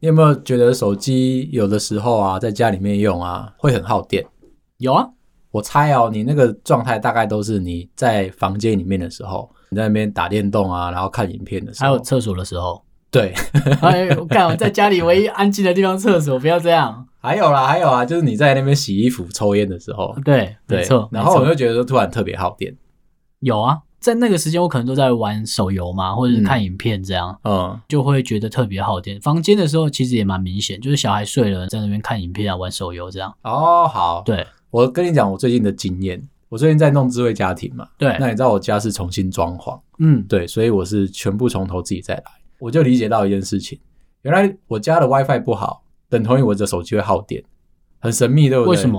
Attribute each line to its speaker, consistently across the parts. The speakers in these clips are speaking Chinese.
Speaker 1: 有没有觉得手机有的时候啊，在家里面用啊，会很耗电？
Speaker 2: 有啊，
Speaker 1: 我猜哦，你那个状态大概都是你在房间里面的时候，你在那边打电动啊，然后看影片的时
Speaker 2: 还
Speaker 1: 候，
Speaker 2: 有厕所的时候。
Speaker 1: 对，
Speaker 2: 哎，我干，我在家里唯一安静的地方厕所，不要 这样。
Speaker 1: 还有啦，还有啊，就是你在那边洗衣服、抽烟的时候，
Speaker 2: 对，
Speaker 1: 对
Speaker 2: 没错，。
Speaker 1: 然后
Speaker 2: 没
Speaker 1: 我
Speaker 2: 错
Speaker 1: 就觉得说突然特别耗电，
Speaker 2: 有啊，在那个时间我可能都在玩手游嘛，或者是
Speaker 1: 嗯
Speaker 2: 看影片这样。
Speaker 1: 嗯，
Speaker 2: 就会觉得特别耗电。房间的时候其实也蛮明显，就是小孩睡了，在那边看影片啊、玩手游这样。
Speaker 1: 哦，好，
Speaker 2: 对
Speaker 1: 我跟你讲我最近的经验，我最近在弄智慧家庭嘛，
Speaker 2: 对，
Speaker 1: 那你知道我家是重新装潢。
Speaker 2: 嗯，
Speaker 1: 对，所以我是全部从头自己再来。我就理解到一件事情，原来我家的 WiFi 不好，等同于我的手机会耗电，很神秘，对不对？
Speaker 2: 为什？么？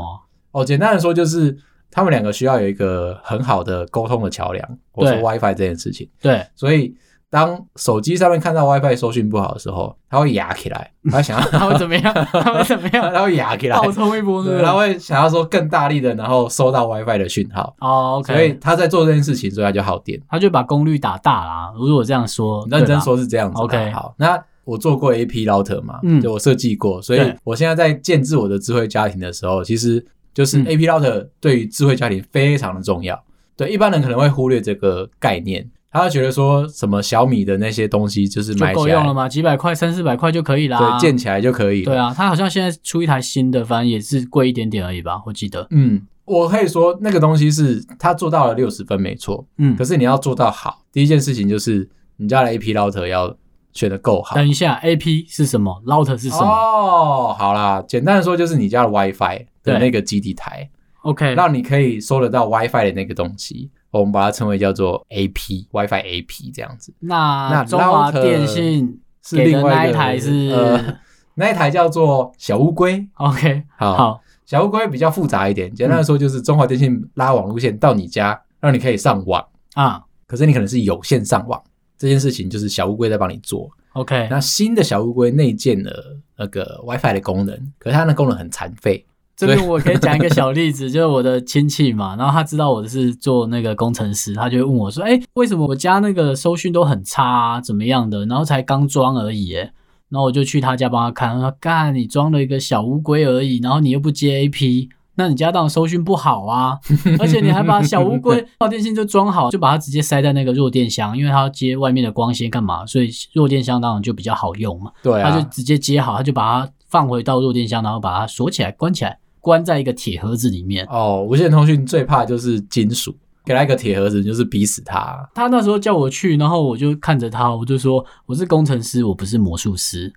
Speaker 1: 哦，简单的说就是他们两个需要有一个很好的沟通的桥梁。我说
Speaker 2: 对
Speaker 1: WiFi 这件事情，
Speaker 2: 对，
Speaker 1: 所以当手机上面看到 WiFi 搜讯不好的时候，它会哑起来，它会想 要，
Speaker 2: 他会怎 么样？他会怎么样？
Speaker 1: 它会哑起来，
Speaker 2: 爆冲一波是不
Speaker 1: 对，
Speaker 2: 是
Speaker 1: 它会想要说更大力的，然后收到 WiFi 的讯号。
Speaker 2: 哦，OK，
Speaker 1: 所以他在做这件事情，所以他就耗电。
Speaker 2: 他就把功率打大啦。如果这样说，
Speaker 1: 认
Speaker 2: 对
Speaker 1: 真
Speaker 2: 吧，
Speaker 1: 说是这样子啦。
Speaker 2: OK
Speaker 1: 好，那我做过 AP router 嘛，
Speaker 2: 嗯
Speaker 1: 就我设计过，所以
Speaker 2: 对
Speaker 1: 我现在在建制我的智慧家庭的时候，其实就是
Speaker 2: 嗯
Speaker 1: AP router 对于智慧家庭非常的重要。对，一般人可能会忽略这个概念，他会觉得说什么小米的那些东西就是
Speaker 2: 就
Speaker 1: 买
Speaker 2: 够
Speaker 1: 起
Speaker 2: 用了
Speaker 1: 来，
Speaker 2: 吗？几百块、三四百块就可以啦。
Speaker 1: 对，建起来就可以了。
Speaker 2: 对啊，他好像现在出一台新的，反正也是贵一点点而已吧，我记得。
Speaker 1: 嗯，我可以说那个东西是他做到了六十分没错，
Speaker 2: 嗯
Speaker 1: 可，是你要做到好，第一件事情就是你家的 AP router 要选的够好。
Speaker 2: 等一下，AP 是什么？Router 是什么
Speaker 1: 哦，好啦，简单的说就是你家的 WiFi 的
Speaker 2: 对
Speaker 1: 那个基地台，
Speaker 2: ？OK，
Speaker 1: 让你可以收得到 WiFi 的那个东西，我们把它称为叫做 AP WiFi AP 这样子。那
Speaker 2: 那中华
Speaker 1: router
Speaker 2: 电信
Speaker 1: 是
Speaker 2: 给
Speaker 1: 另
Speaker 2: 的
Speaker 1: 外
Speaker 2: 那
Speaker 1: 一
Speaker 2: 一
Speaker 1: 个
Speaker 2: 台是
Speaker 1: 呃，那一台叫做小乌龟。
Speaker 2: OK，
Speaker 1: 好，
Speaker 2: 好，
Speaker 1: 小乌龟比较复杂一点，简单的说就是中华电信拉网路线到你家，让你可以上网，
Speaker 2: 啊
Speaker 1: 可是你可能是有线上网。这件事情就是小乌龟在帮你做。
Speaker 2: ，OK，
Speaker 1: 那新的小乌龟内建了那个 WiFi 的功能，可是它的功能很残废，
Speaker 2: 这边我可以讲一个小例子，就是我的亲戚嘛，然后他知道我是做那个工程师，他就会问我说：“哎、为什么我家那个收讯都很差、啊，怎么样的？然后才刚装而已。”哎，然后我就去他家帮他看，他说：“干，你装了一个小乌龟而已，然后你又不接 AP。”那你家当然收讯不好啊，而且你还把小乌龟耗电线就装好，就把它直接塞在那个弱电箱，因为它要接外面的光纤干嘛，所以弱电箱当然就比较好用嘛。
Speaker 1: 对啊，
Speaker 2: 他就直接接好，他就把它放回到弱电箱，然后把它锁起来、关起来，关在一个铁盒子里面。
Speaker 1: 哦，无线通讯最怕就是金属，给他一个铁盒子就是逼死他
Speaker 2: 他那时候叫我去，然后我就看着他，我就说我是工程师，我不是魔术 师。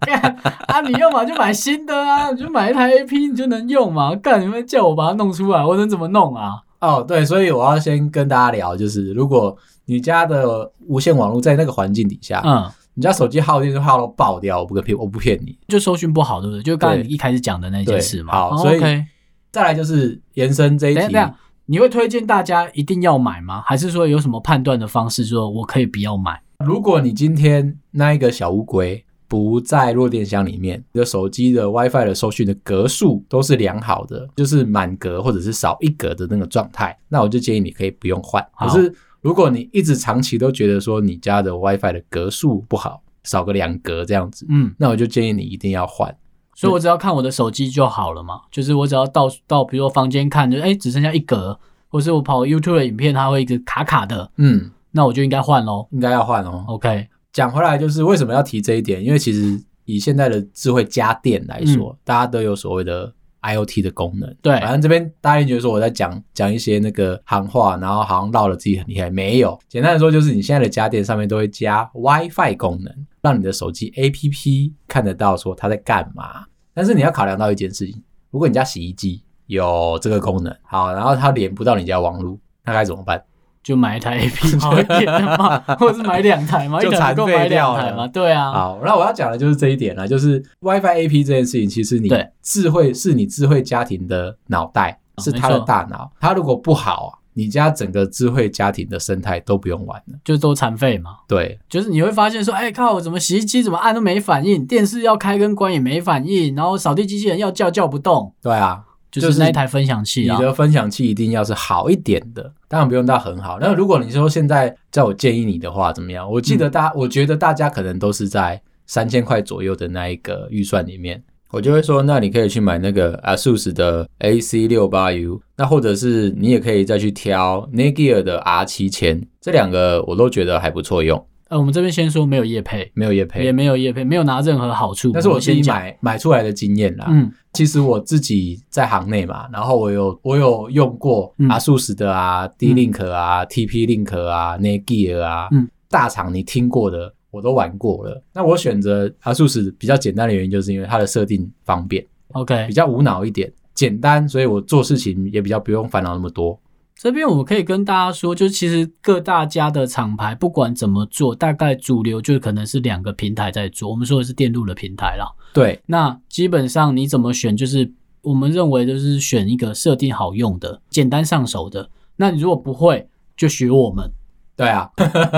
Speaker 2: 干啊，你要嘛就买新的啊，你就买一台 A P 你就能用嘛。干，你们叫我把它弄出来，我能怎么弄啊？
Speaker 1: 哦。对，所以我要先跟大家聊，就是如果你家的无线网络在那个环境底下，
Speaker 2: 嗯，
Speaker 1: 你家手机耗电就耗到爆掉，我不骗，我不骗你。
Speaker 2: 就搜寻不好，对不对？就刚才你一开始讲的那件事嘛。
Speaker 1: 对好
Speaker 2: 哦
Speaker 1: 所以
Speaker 2: OK
Speaker 1: 再来就是延伸这一
Speaker 2: 等一下，
Speaker 1: 题
Speaker 2: 等一，下，你会推荐大家一定要买吗？还是说有什么判断的方式，说我可以不要买？
Speaker 1: 如果你今天那一个小乌龟不在弱电箱里面，你的手机的 WiFi 的收讯的格数都是良好的，就是满格或者是少一格的那个状态，那我就建议你可以不用换。可
Speaker 2: 好
Speaker 1: 是如果你一直长期都觉得说你家的 WiFi 的格数不好，少个两格这样子，
Speaker 2: 嗯。
Speaker 1: 那我就建议你一定要换。
Speaker 2: 所以我只要看我的手机就好了嘛，就是我只要到到比如说房间看，就哎、诶只剩下一格，或是我跑 YouTube 的影片，它会一个卡卡的，
Speaker 1: 嗯，
Speaker 2: 那我就应该换咯。
Speaker 1: 应该要换哦。
Speaker 2: OK，
Speaker 1: 讲回来，就是为什么要提这一点？因为其实以现在的智慧家电来说，大家都有所谓的 IOT 的功能。
Speaker 2: 对
Speaker 1: 反正这边大家一定觉得说我在讲讲一些那个行话，然后好像绕了自己很厉害，没有。简单的说，就是你现在的家电上面都会加 WiFi 功能，让你的手机 APP 看得到说它在干嘛。但是你要考量到一件事情，如果你家洗衣机有这个功能，好，然后它连不到你家网络，那该怎么办？
Speaker 2: 就买一台 A P 好一点的嘛，或者是买两台嘛，
Speaker 1: 就
Speaker 2: 一台不
Speaker 1: 残
Speaker 2: 够
Speaker 1: 废
Speaker 2: 买两
Speaker 1: 掉
Speaker 2: 台
Speaker 1: 了
Speaker 2: 嘛，对啊，
Speaker 1: 好，那我要讲的就是这一点啦，就是 WiFi AP 这件事情，其实你
Speaker 2: 对
Speaker 1: 智慧是你智慧家庭的脑袋，
Speaker 2: 啊
Speaker 1: 是他的
Speaker 2: 没错
Speaker 1: 大脑，他如果不好啊，你家整个智慧家庭的生态都不用玩了。
Speaker 2: 就都残废嘛。
Speaker 1: 对，
Speaker 2: 就是你会发现说，哎、靠，怎么洗衣机怎么按都没反应，电视要开跟关也没反应，然后扫地机器人要叫叫不动，
Speaker 1: 对啊，
Speaker 2: 就
Speaker 1: 就是
Speaker 2: 是那一台分享器
Speaker 1: 你
Speaker 2: 啊。
Speaker 1: 的分享器一定要是好一点的，当然不用到很好。
Speaker 2: 嗯
Speaker 1: 那如果你说现在叫我建议你的话，怎么样？我记得大，我觉得大家可能都是在三千块左右的那一个预算里面，我就会说，那你可以去买那个 ASUS 的 AC 六八 U，那或者是你也可以再去挑 Negear 的 R 七千，这两个我都觉得还不错用，
Speaker 2: 呃，我们这边先说没有业配，
Speaker 1: 没有也
Speaker 2: 也
Speaker 1: 配。
Speaker 2: 没有业配，没有拿任何好处。
Speaker 1: 但是我自
Speaker 2: 先
Speaker 1: 己
Speaker 2: 讲，
Speaker 1: 买买出来的啊经验啦，
Speaker 2: 嗯，
Speaker 1: 其实我自己在行内嘛，然后我有我有用过
Speaker 2: 嗯
Speaker 1: ASUS 的啊、D Link 啊、TP Link 啊、Negear 啊，
Speaker 2: 嗯
Speaker 1: 大厂你听过的我都玩过了。那我选择 ASUS 比较简单的原因，就是因为它的设定方便，
Speaker 2: OK，
Speaker 1: 比较无脑一点，简单，所以我做事情也比较不用烦恼那么多。
Speaker 2: 这边我可以跟大家说，就是其实各大家的厂牌不管怎么做，大概主流就可能是两个平台在做。我们说的是电路的平台啦。
Speaker 1: 对，
Speaker 2: 那基本上你怎么选，就是我们认为就是选一个设定好用的、简单上手的。那你如果不会，就学我们；
Speaker 1: 对啊，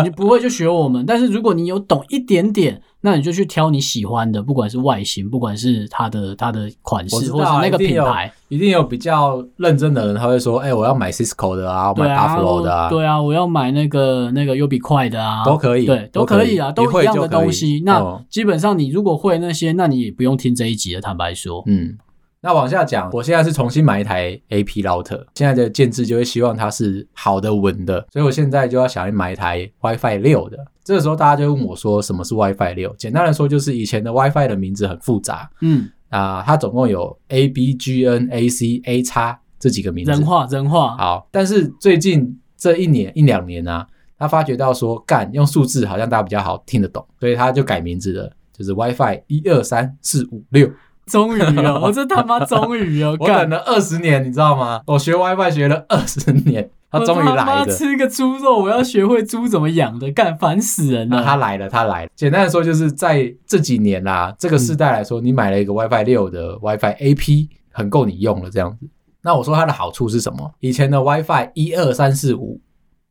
Speaker 2: 你不会就学我们。但是如果你有懂一点点，那你就去挑你喜欢的，不管是外形，不管是它的它的款
Speaker 1: 我
Speaker 2: 式，
Speaker 1: 知道
Speaker 2: 或者
Speaker 1: 啊
Speaker 2: 是那个
Speaker 1: 一定
Speaker 2: 品
Speaker 1: 有
Speaker 2: 牌。
Speaker 1: 一定有比较认真的人，他会说：“哎、我要买 Cisco 的啊，我
Speaker 2: 对
Speaker 1: 买
Speaker 2: 啊，
Speaker 1: Buffalo 的啊，
Speaker 2: 对啊，我要买那个那个优比快的啊，
Speaker 1: 都可以，
Speaker 2: 对，都可
Speaker 1: 可
Speaker 2: 以啊，
Speaker 1: 你
Speaker 2: 都
Speaker 1: 会
Speaker 2: 一样
Speaker 1: 就
Speaker 2: 的
Speaker 1: 可以
Speaker 2: 东西。那
Speaker 1: 嗯
Speaker 2: 基本上你如果会那些，那你也不用听这一集了。坦白说，
Speaker 1: 嗯，那往下讲，我现在是重新买一台 AP router，现在的建制就会希望它是好的、稳的，所以我现在就要想要买一台 WiFi 六的。这个时候大家就会问我说，什么是 WiFi 六？简单的说，就是以前的 WiFi 的名字很复杂
Speaker 2: 嗯，
Speaker 1: 啊、它总共有 A、B、G、N、A、C、A 叉这几个名字。
Speaker 2: 人话人话，
Speaker 1: 好，但是最近这一年一两年啊，他发觉到说，干用数字好像大家比较好听得懂，所以他就改名字了，就是 WiFi 一二三四五六。
Speaker 2: 终 于了，我这他妈终于了，
Speaker 1: 我等
Speaker 2: 干，
Speaker 1: 了二十年，你知道吗？我学 WiFi 学了二十年，他终于
Speaker 2: 我他
Speaker 1: 来
Speaker 2: 妈
Speaker 1: 了。
Speaker 2: 吃个猪肉，我要学会猪怎么养的，干烦死人
Speaker 1: 那
Speaker 2: 了。
Speaker 1: 啊他来了，他来了。简单的说，就是在这几年啦，这个世代来说，你买了一个 WiFi 六的 WiFi AP，很够你用了这样子。那我说它的好处是什么？以前的 WiFi 一二三四五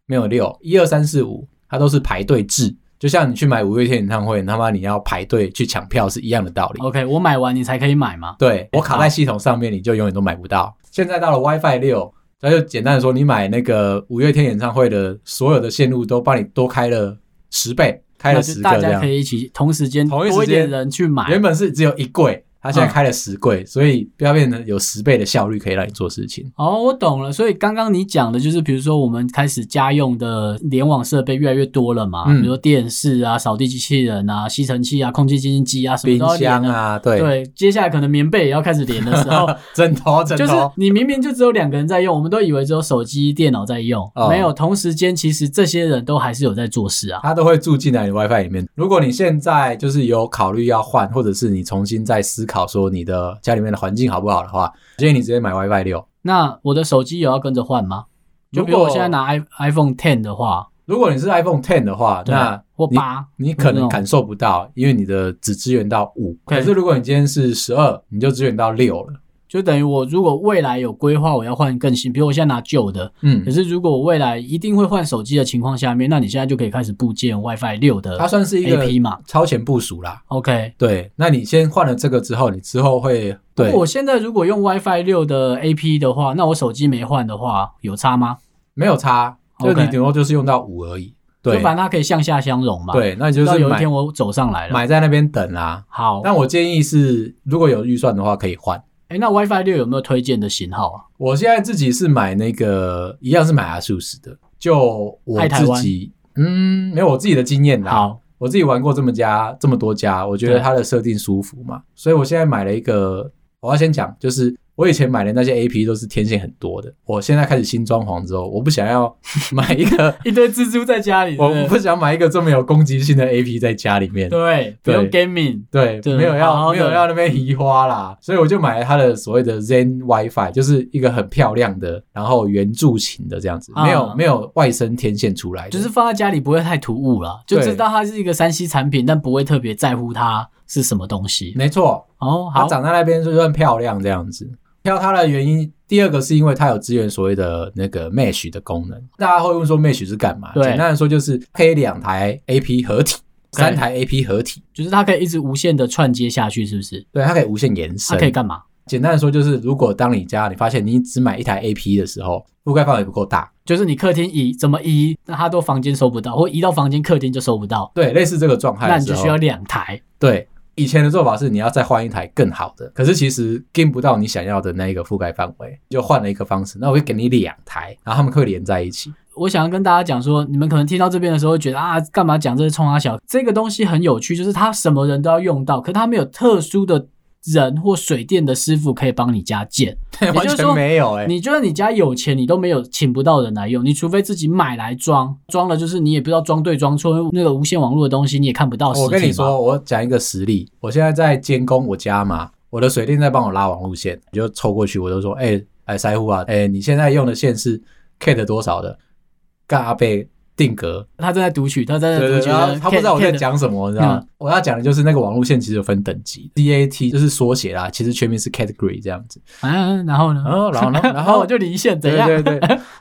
Speaker 1: 没有六，一二三四五它都是排队制，就像你去买五月天演唱会，他妈你要排队去抢票是一样的道理。
Speaker 2: OK，我买完你才可以买嘛。
Speaker 1: 对我卡
Speaker 2: 好
Speaker 1: 在系统上面，你就永远都买不到。现在到了 WiFi 六，那就简单的说，你买那个五月天演唱会的所有的线路都帮你多开了十倍，开
Speaker 2: 那
Speaker 1: 了
Speaker 2: 就
Speaker 1: 十
Speaker 2: 大
Speaker 1: 个这
Speaker 2: 家可
Speaker 1: 样。
Speaker 2: 以一起同时间
Speaker 1: 同一时
Speaker 2: 多一点
Speaker 1: 间
Speaker 2: 人去买
Speaker 1: 原，本是只有一柜，它现在
Speaker 2: 嗯
Speaker 1: 开了十柜，所以不要变成有十倍的效率可以让你做事情。
Speaker 2: 哦，我懂了。所以刚刚你讲的就是，比如说我们开始家用的联网设备越来越多了嘛，
Speaker 1: 嗯
Speaker 2: 比如说电视啊、扫地机器人啊、吸尘器啊、空气清新机啊，什么
Speaker 1: 冰
Speaker 2: 都要连
Speaker 1: 箱
Speaker 2: 了。
Speaker 1: 啊，对，
Speaker 2: 对，接下来可能棉被也要开始连的 时候，
Speaker 1: 枕头枕
Speaker 2: 就是
Speaker 1: 头，
Speaker 2: 你明明就只有两个人在用，我们都以为只有手机、电脑在用，
Speaker 1: 哦
Speaker 2: 没有同时间，其实这些人都还是有在做事啊。
Speaker 1: 它都会住进来你 WiFi 里面。如果你现在就是有考虑要换，或者是你重新再思考说你的家里面的环境好不好的话，建议你直接买 WiFi 六。
Speaker 2: 那我的手机有要跟着换吗？就比如
Speaker 1: 如
Speaker 2: 我
Speaker 1: 果
Speaker 2: 现在拿 i iPhone Ten 的话，
Speaker 1: 如果你是 iPhone Ten 的话，
Speaker 2: 对
Speaker 1: 那
Speaker 2: 或
Speaker 1: 你
Speaker 2: 八，
Speaker 1: 你可能
Speaker 2: 种
Speaker 1: 感受不到，因为你的只支援到五。
Speaker 2: 对
Speaker 1: 可是如果你今天是十二，你就支援到六了。
Speaker 2: 就等于我如果未来有规划，我要换更新，比如我现在拿旧的，可
Speaker 1: 嗯，
Speaker 2: 是如果我未来一定会换手机的情况下面，那你现在就可以开始部件 WiFi 六的
Speaker 1: 它算是一个
Speaker 2: AP 嘛
Speaker 1: 超前部署啦。
Speaker 2: ，OK。
Speaker 1: 对，那你先换了这个之后，你之后会对
Speaker 2: 我现在如果用 WiFi 六的 AP 的话，那我手机没换的话，有差吗？
Speaker 1: 没有差，就
Speaker 2: OK
Speaker 1: 你顶多就是用到五而已。对
Speaker 2: 就反正它可以向下相容嘛。，
Speaker 1: 对，那你就
Speaker 2: 到
Speaker 1: 是
Speaker 2: 有一
Speaker 1: 买
Speaker 2: 天我走上来了，
Speaker 1: 买在那边等啦。
Speaker 2: 好。
Speaker 1: 但我建议是，如果有预算的话，可以换。
Speaker 2: 哎，那 WiFi 六有没有推荐的型号啊？
Speaker 1: 我现在自己是买那个，一样是买 ASUS 的，就我
Speaker 2: 爱台
Speaker 1: 自
Speaker 2: 湾
Speaker 1: 己，嗯，没有我自己的经验啦。
Speaker 2: 好，
Speaker 1: 我自己玩过这么家这么多家，我觉得
Speaker 2: 对
Speaker 1: 它的设定舒服嘛，所以我现在买了一个。我要先讲，就是我以前买的那些 A P 都是天线很多的，我现在开始新装潢之后，我不想 要买一个，
Speaker 2: 一堆蜘蛛在家里，
Speaker 1: 我不想买一个这么有攻击性的 A P 在家里面。
Speaker 2: 对，不
Speaker 1: 对
Speaker 2: 用 gaming，
Speaker 1: 对，
Speaker 2: 对
Speaker 1: 没有要
Speaker 2: 好好的
Speaker 1: 没有要那边移花啦，所以我就买了它的所谓的 Zen WiFi，就是一个很漂亮的，然后圆柱形的这样子，
Speaker 2: 啊
Speaker 1: 没有没有外伸天线出来的，
Speaker 2: 就是放在家里不会太突兀啦，就
Speaker 1: 对
Speaker 2: 知道它是一个三 C 产品，但不会特别在乎它是什么东西。
Speaker 1: 没错，
Speaker 2: 哦，
Speaker 1: 它
Speaker 2: 好，
Speaker 1: 长在那边就算漂亮这样子。挑它的原因，第二个是因为它有支援所谓的那个 mesh 的功能。大家会问说 mesh 是干嘛？
Speaker 2: 对
Speaker 1: 简单的说就是可以两台 AP 合体，三台 AP 合体，
Speaker 2: 就是它可以一直无限的串接下去，是不是？
Speaker 1: 对，它可以无限延
Speaker 2: 它
Speaker 1: 伸
Speaker 2: 可。以干嘛？
Speaker 1: 简单的说，就是如果当你家你发现你只买一台 AP 的时候，覆盖范围不够大，
Speaker 2: 就是你客厅移怎么移，那它都房间收不到，或移到房间客厅就收不到，
Speaker 1: 对，类似这个状态
Speaker 2: 那
Speaker 1: 的
Speaker 2: 你
Speaker 1: 时
Speaker 2: 就
Speaker 1: 候，
Speaker 2: 需要两台。
Speaker 1: 对以前的做法是你要再换一台更好的，可是其实 gain 不到你想要的那一个覆盖范围，就换了一个方式，那我会给你两台，然后他们会连在一起。
Speaker 2: 我想要跟大家讲说，你们可能听到这边的时候，觉得啊，干嘛讲这些冲啊小？这个东西很有趣，就是它什么人都要用到，可它没有特殊的人或水电的师傅可以帮你家建。
Speaker 1: 完
Speaker 2: 就是
Speaker 1: 全
Speaker 2: 说
Speaker 1: 没有哎、
Speaker 2: 你就算你家有钱，你都没有请不到人来用，你除非自己买来装，装了就是你也不知道装对装错，因为那个无线网络的东西你也看不到实体嘛。
Speaker 1: 我跟你说，我讲一个实例，我现在在监工我家嘛，我的水电在帮我拉网路线，你就凑过去，我就说，哎、哎，塞户啊，哎、你现在用的线是 K 的多少的？干阿贝定格，
Speaker 2: 他正在读取，他正在
Speaker 1: 对
Speaker 2: 读
Speaker 1: 对
Speaker 2: 取
Speaker 1: 对，然后
Speaker 2: 的嗯
Speaker 1: 他不知道我在
Speaker 2: Cat- Cat
Speaker 1: 讲什么，你知道吗？我要讲的就是那个网路线其实有分等级，DAT 就是缩写啦，其实全名是 category 这样子。
Speaker 2: 啊，然后呢？
Speaker 1: 然后然后然后
Speaker 2: 然
Speaker 1: 然
Speaker 2: 后
Speaker 1: 后
Speaker 2: 我就离线，怎
Speaker 1: 对
Speaker 2: 样？
Speaker 1: 对对，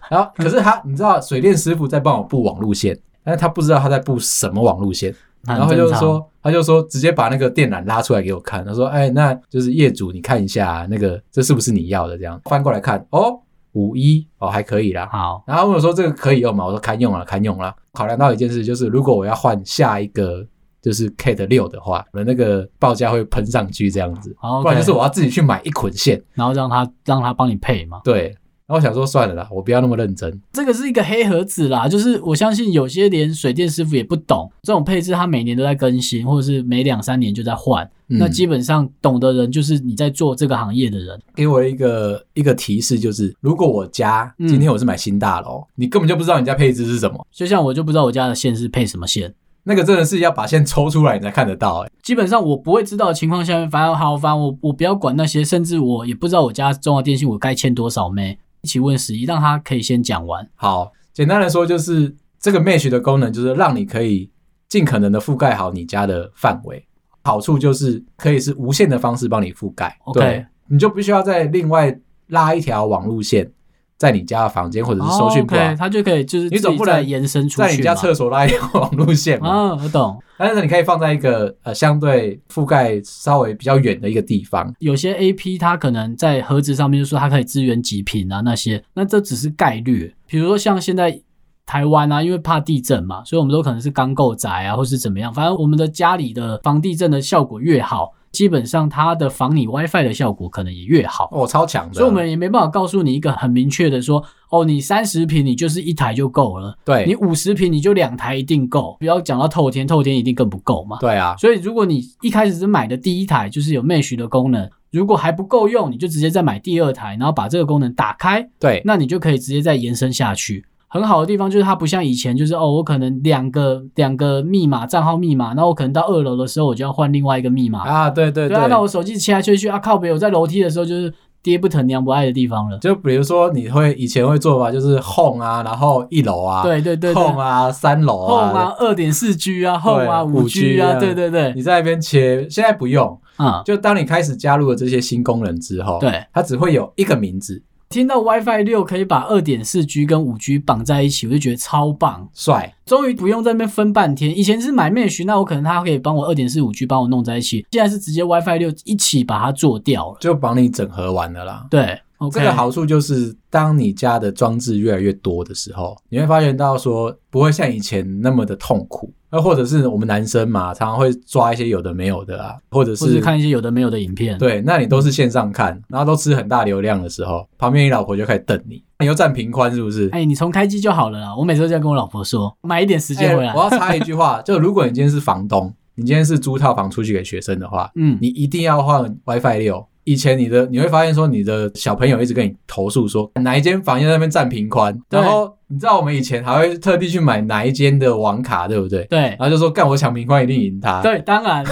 Speaker 1: 然后可是他你知道水电师傅在帮我布网路线，但是他不知道他在布什么网路线，
Speaker 2: 那
Speaker 1: 然
Speaker 2: 很
Speaker 1: 后他就
Speaker 2: 正常，
Speaker 1: 说他就说直接把那个电缆拉出来给我看，他说哎那就是业主你看一下、啊那个这是不是你要的这样，翻过来看哦五一哦还可以啦，
Speaker 2: 好，
Speaker 1: 然后他问我说这个可以哦用吗？我说堪用了，堪用了。考量到一件事，就是如果我要换下一个就是 Kate 六的话，我的那个报价会喷上去这样子，
Speaker 2: 好，OK，
Speaker 1: 不然就是我要自己去买一捆线。
Speaker 2: 然后让他让他帮你配嘛。
Speaker 1: 对，然后我想说算了啦，我不要那么认真。
Speaker 2: 这个是一个黑盒子啦，就是我相信有些连水电师傅也不懂这种配置，它每年都在更新，或者是每两三年就在换。
Speaker 1: 嗯
Speaker 2: 那基本上懂的人就是你在做这个行业的人，
Speaker 1: 给我一个一个提示，就是如果我家
Speaker 2: 嗯
Speaker 1: 今天我是买新大楼，你根本就不知道你家配置是什么，
Speaker 2: 就像我就不知道我家的线是配什么线。
Speaker 1: 那个真的是要把线抽出来你才看得到、欸。
Speaker 2: 基本上我不会知道的情况下面，反正好，反正我我不要管那些，甚至我也不知道我家中华电信我该欠多少妹，一起问十一，让他可以先讲完。
Speaker 1: 好，简单来说就是这个 Mesh 的功能就是让你可以尽可能的覆盖好你家的范围，好处就是可以是无线的方式帮你覆盖。
Speaker 2: OK
Speaker 1: 对，你就不需要再另外拉一条网路线在你家的房间或者是收讯部、
Speaker 2: o k 哦他就可以就是
Speaker 1: 你总
Speaker 2: 自己
Speaker 1: 不能
Speaker 2: 再延伸出去嘛。
Speaker 1: 在你家厕所拉一条网路线嘛，
Speaker 2: 啊，我懂。
Speaker 1: 但是你可以放在一个呃相对覆盖稍微比较远的一个地方，
Speaker 2: 有些 A P 它可能在盒子上面就说它可以支援极品啊那些，那这只是概率。比如说像现在台湾啊，因为怕地震嘛，所以我们都可能是钢构宅啊，或是怎么样，反正我们的家里的防地震的效果越好，基本上它的防你 WiFi 的效果可能也越好。
Speaker 1: 哦，超强的。
Speaker 2: 所以我们也没办法告诉你一个很明确的说，哦，你三十平你就是一台就够了，
Speaker 1: 对
Speaker 2: 你五十平你就两台一定够，不要讲到透天，透天一定更不够嘛。
Speaker 1: 对啊，
Speaker 2: 所以如果你一开始是买的第一台就是有 Mesh 的功能，如果还不够用，你就直接再买第二台，然后把这个功能打开，
Speaker 1: 对
Speaker 2: 那你就可以直接再延伸下去。很好的地方就是它不像以前，就是哦，我可能两个两个密码账号密码，那我可能到二楼的时候我就要换另外一个密码。
Speaker 1: 啊，对对
Speaker 2: 对啊，那我手机切来切去啊，靠北，我在楼梯的时候就是爹不疼娘不爱的地方了。
Speaker 1: 就比如说你会以前会做法，就是 home 啊，然后一楼啊，
Speaker 2: 对对对对
Speaker 1: home 啊，三楼啊
Speaker 2: ，home 啊，二点四 G 啊，home 啊，
Speaker 1: 对
Speaker 2: 五 G 啊，
Speaker 1: 5G 啊
Speaker 2: 对对对，
Speaker 1: 你在那边切，现在不用。
Speaker 2: 啊、
Speaker 1: 就当你开始加入了这些新功能之后，
Speaker 2: 对，
Speaker 1: 它只会有一个名字，
Speaker 2: 听到 WiFi 六可以把二点四 G 跟五 G 绑在一起，我就觉得超棒。
Speaker 1: 帅，
Speaker 2: 终于不用在那边分半天。以前是买 Mesh，那我可能它可以帮我二点四五 G 帮我弄在一起，现在是直接 WiFi 六一起把它做掉了。
Speaker 1: 就帮你整合完了啦。
Speaker 2: 对，OK，
Speaker 1: 这个好处就是，当你家的装置越来越多的时候，你会发现到说不会像以前那么的痛苦。那或者是我们男生嘛，常常会抓一些有的没有的啊，或者
Speaker 2: 或是看一些有的没有的影片。，
Speaker 1: 对，那你都是线上看，然后都吃很大流量的时候，旁边你老婆就开始瞪你，你又占平宽是不是？
Speaker 2: 哎，你从开机就好了啦。我每次都这样跟我老婆说，买一点时
Speaker 1: 哎
Speaker 2: 间回来。
Speaker 1: 我要插一句 话，就如果你今天是房东，你今天是租套房出去给学生的话，
Speaker 2: 嗯，
Speaker 1: 你一定要换 WiFi 六。以前你的你会发现说，你的小朋友一直跟你投诉说哪一间房间在那边占平宽，
Speaker 2: 对
Speaker 1: 然后你知道我们以前还会特地去买哪一间的网卡，对不对？
Speaker 2: 对
Speaker 1: 然后就说干我抢平宽一定赢他。
Speaker 2: 对，当 然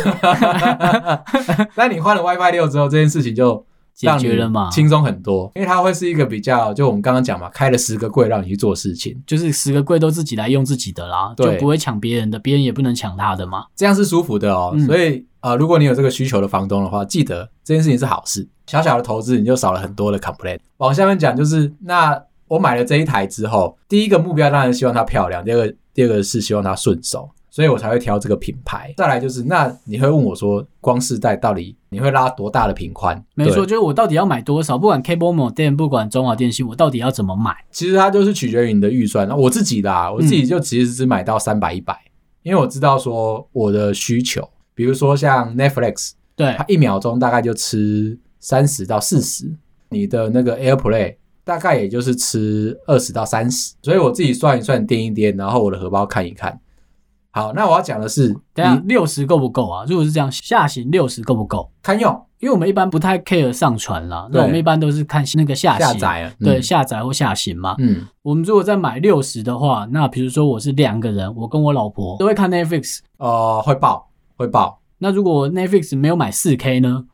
Speaker 1: 那你换了 WiFi 六之后，这件事情就
Speaker 2: 解决了嘛
Speaker 1: 让你，轻松很多，因为它会是一个比较，就我们刚刚讲嘛，开了十个柜让你去做事情，
Speaker 2: 就是十个柜都自己来用自己的啦，就
Speaker 1: 对
Speaker 2: 不会抢别人的，别人也不能抢他的嘛。
Speaker 1: 这样是舒服的哦。
Speaker 2: 嗯
Speaker 1: 所以啊、呃如果你有这个需求的房东的话，记得这件事情是好事，小小的投资你就少了很多的 complain。往下面讲就是，那我买了这一台之后，第一个目标当然是希望它漂亮，第二个第二个是希望它顺手。所以我才会挑这个品牌。再来就是，那你会问我说，光世代到底你会拉多大的频宽？
Speaker 2: 没
Speaker 1: 对
Speaker 2: 错，，就是我到底要买多少，不管 Cable Mo 店，不管中华电信，我到底要怎么买？
Speaker 1: 其实它就是取决于你的预算。那我自己
Speaker 2: 嗯
Speaker 1: 啦，我自己就其实只买到三百一百，因为我知道说我的需求，比如说像 Netflix，
Speaker 2: 对
Speaker 1: 它，一秒钟大概就吃三十到四十，你的那个 AirPlay 大概也就是吃二十到三十，所以我自己算一算，掂一掂，然后我的荷包看一看。好，那我要讲的是，
Speaker 2: 等一下
Speaker 1: 你
Speaker 2: 六十够不够啊？如果是这样，下行六十够不够？
Speaker 1: 堪用
Speaker 2: 因为我们一般不太 care 上传啦，
Speaker 1: 对
Speaker 2: 那我们一般都是看那个下
Speaker 1: 下
Speaker 2: 行，
Speaker 1: 载啊，嗯
Speaker 2: 对，，下载或下行嘛。
Speaker 1: 嗯，
Speaker 2: 我们如果再买六十的话，那比如说我是两个人，我跟我老婆都会看 Netflix，
Speaker 1: 呃，会爆，会爆，
Speaker 2: 那如果 Netflix 没有买四 K 呢？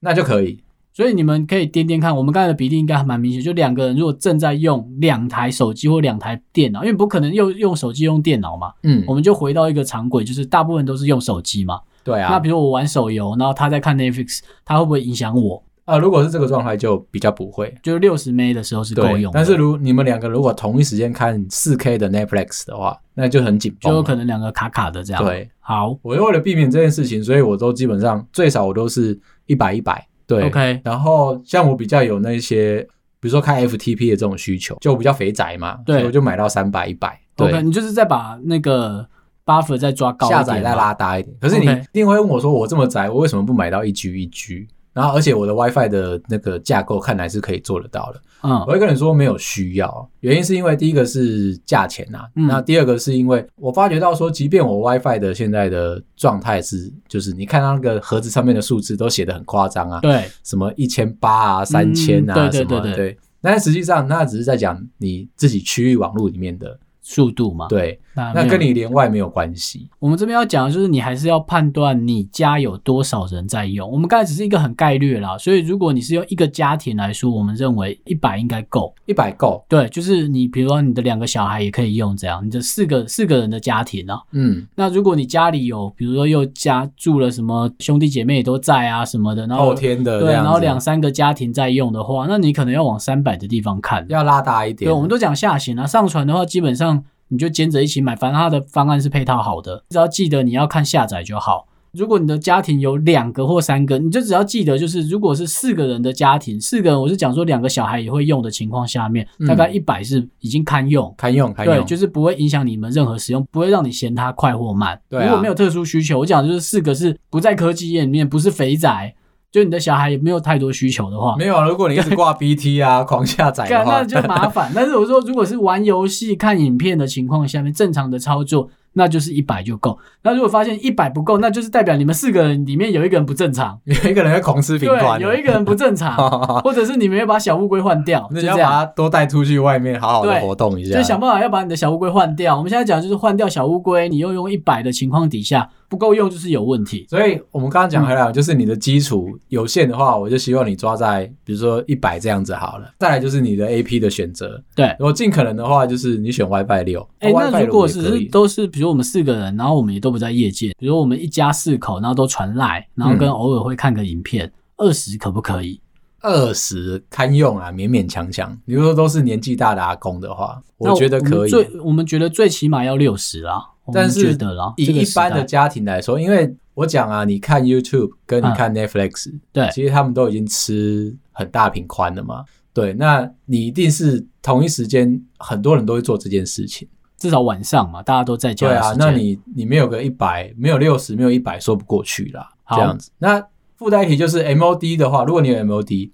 Speaker 1: 那就可以。
Speaker 2: 所以你们可以掂掂看，我们刚才的比例应该还蛮明显，就两个人如果正在用两台手机或两台电脑，因为不可能又用手机用电脑嘛，
Speaker 1: 嗯
Speaker 2: 我，们就回到一个常轨，就是大部分都是用手机嘛。
Speaker 1: 对
Speaker 2: 那
Speaker 1: 啊，
Speaker 2: 比如我玩手游，然后他在看 Netflix，他会不会影响我？
Speaker 1: 呃，如果是这个状态，就比较不会。
Speaker 2: 就是六十 m 的时候是够
Speaker 1: 对，
Speaker 2: 用的，
Speaker 1: 但是如你们两个如果同一时间看四 K 的 Netflix 的话，那就很紧
Speaker 2: 就
Speaker 1: 绷
Speaker 2: 啊有
Speaker 1: 了。
Speaker 2: 可能两个卡卡的这样。，
Speaker 1: 对，
Speaker 2: 好
Speaker 1: 我为了避免这件事情，所以我都基本上最少我都是一百一百。对
Speaker 2: ，OK，
Speaker 1: 然后像我比较有那些，比如说看 FTP 的这种需求，就我比较肥宅嘛，
Speaker 2: 对
Speaker 1: 所以我就买到三百一百。对
Speaker 2: OK，你就是再把那个 buffer 再抓高一
Speaker 1: 下
Speaker 2: 点
Speaker 1: 载再
Speaker 2: 嘛
Speaker 1: 拉大一点。可是你
Speaker 2: OK
Speaker 1: 一定会问我说，我这么宅，我为什么不买到一 G 一 G？然后而且我的 WiFi 的那个架构看来是可以做得到的。我
Speaker 2: 嗯，
Speaker 1: 会跟你说没有需要，原因是因为第一个是价钱呐、
Speaker 2: 嗯
Speaker 1: 那第二个是因为我发觉到说，即便我 WiFi 的现在的状态是，就是你看到那个盒子上面的数字都写的很夸张啊，
Speaker 2: 对，嗯
Speaker 1: 什么一千八啊、三千啊
Speaker 2: 对对
Speaker 1: 什么
Speaker 2: 对对
Speaker 1: 对。但是实际上，那只是在讲你自己区域网络里面的，
Speaker 2: 速度嘛，，
Speaker 1: 对，
Speaker 2: 那
Speaker 1: 那
Speaker 2: 啊没有
Speaker 1: 跟你连外没有关系。
Speaker 2: 我们这边要讲的就是，你还是要判断你家有多少人在用。我们刚才只是一个很概略啦，所以如果你是用一个家庭来说，我们认为一百应该够。
Speaker 1: 一百够，
Speaker 2: 对，就是你比如说你的两个小孩也可以用这样，你的四个四个人的家庭啊。
Speaker 1: 嗯，
Speaker 2: 那如果你家里有，比如说又家住了什么兄弟姐妹也都在啊什么的，然后
Speaker 1: 后天的这
Speaker 2: 对，啊
Speaker 1: 样
Speaker 2: 然
Speaker 1: 子
Speaker 2: 后两三个家庭在用的话，那你可能要往三百的地方看。
Speaker 1: 要拉大一点。
Speaker 2: 对，我们都讲下行啊，上传的话基本上你就兼着一起买，反正它的方案是配套好的，只要记得你要看下载就好。如果你的家庭有两个或三个，你就只要记得，就是如果是四个人的家庭，四个人我是讲说两个小孩也会用的情况下面，
Speaker 1: 嗯
Speaker 2: 大概一百是已经堪用。
Speaker 1: 堪用堪
Speaker 2: 对，
Speaker 1: 用，
Speaker 2: 就是不会影响你们任何使用，不会让你嫌它快或慢。
Speaker 1: 对啊
Speaker 2: 如果没有特殊需求，我讲就是四个是不在科技业里面，不是肥仔，就你的小孩也没有太多需求的话，
Speaker 1: 没有啊。如果你一直挂 BT 啊，狂下载的
Speaker 2: 干
Speaker 1: 话，
Speaker 2: 那就麻烦。但是我说，如果是玩游戏、看影片的情况下面，正常的操作，那就是一百就够。那如果发现一百不够，那就是代表你们四个人里面有一个人不正常，
Speaker 1: 有一个人会狂吃冰
Speaker 2: 对，
Speaker 1: 块，
Speaker 2: 有一个人不 正常，
Speaker 1: 那
Speaker 2: 或者是你们要把小乌龟换 掉，就
Speaker 1: 你
Speaker 2: 这
Speaker 1: 要把
Speaker 2: 样。
Speaker 1: 它多带出去外面，好好的
Speaker 2: 对
Speaker 1: 活动一下。
Speaker 2: 就想办法要把你的小乌龟换掉。我们现在讲就是换掉小乌龟，你又用一百的情况底下不够用，就是有问题。
Speaker 1: 所以我们刚刚讲回来，就是你的基础有限的话，我就希望你抓在比如说一百这样子好了。再来就是你的 A P 的选择，
Speaker 2: 对
Speaker 1: 如果尽可能的话，就是你选 WiFi 六、
Speaker 2: 哎、
Speaker 1: 哦
Speaker 2: 那
Speaker 1: WiFi
Speaker 2: 如果
Speaker 1: 6
Speaker 2: 只
Speaker 1: 也可
Speaker 2: 是
Speaker 1: 以。
Speaker 2: 都是，比如我们四个人，然后我们也都不在业界，比如我们一家四口，然后都传赖，然后跟
Speaker 1: 嗯
Speaker 2: 偶尔会看个影片，二十、可不可以？
Speaker 1: 二十堪用啊，勉勉强强。你如果都是年纪大的阿公的话，
Speaker 2: 那
Speaker 1: 我觉得可
Speaker 2: 们
Speaker 1: 以。啊
Speaker 2: 最我们觉得最起码要六十啦，我们
Speaker 1: 但是
Speaker 2: 觉得啦，
Speaker 1: 以
Speaker 2: 这个
Speaker 1: 一
Speaker 2: 时
Speaker 1: 般
Speaker 2: 代
Speaker 1: 的家庭来说，因为我讲啊，你看 YouTube 跟你看 Netflix，、
Speaker 2: 嗯对
Speaker 1: 其实他们都已经吃很大屏宽了嘛。对，那你一定是同一时间，很多人都会做这件事情。
Speaker 2: 至少晚上嘛，大家都在家
Speaker 1: 对
Speaker 2: 的
Speaker 1: 啊
Speaker 2: 时，间
Speaker 1: 那你你没有个一百，没有六十，没有一百，说不过去啦。
Speaker 2: 好
Speaker 1: 这样子，那附带一题就是 MOD 的话，如果你有 MOD，MOD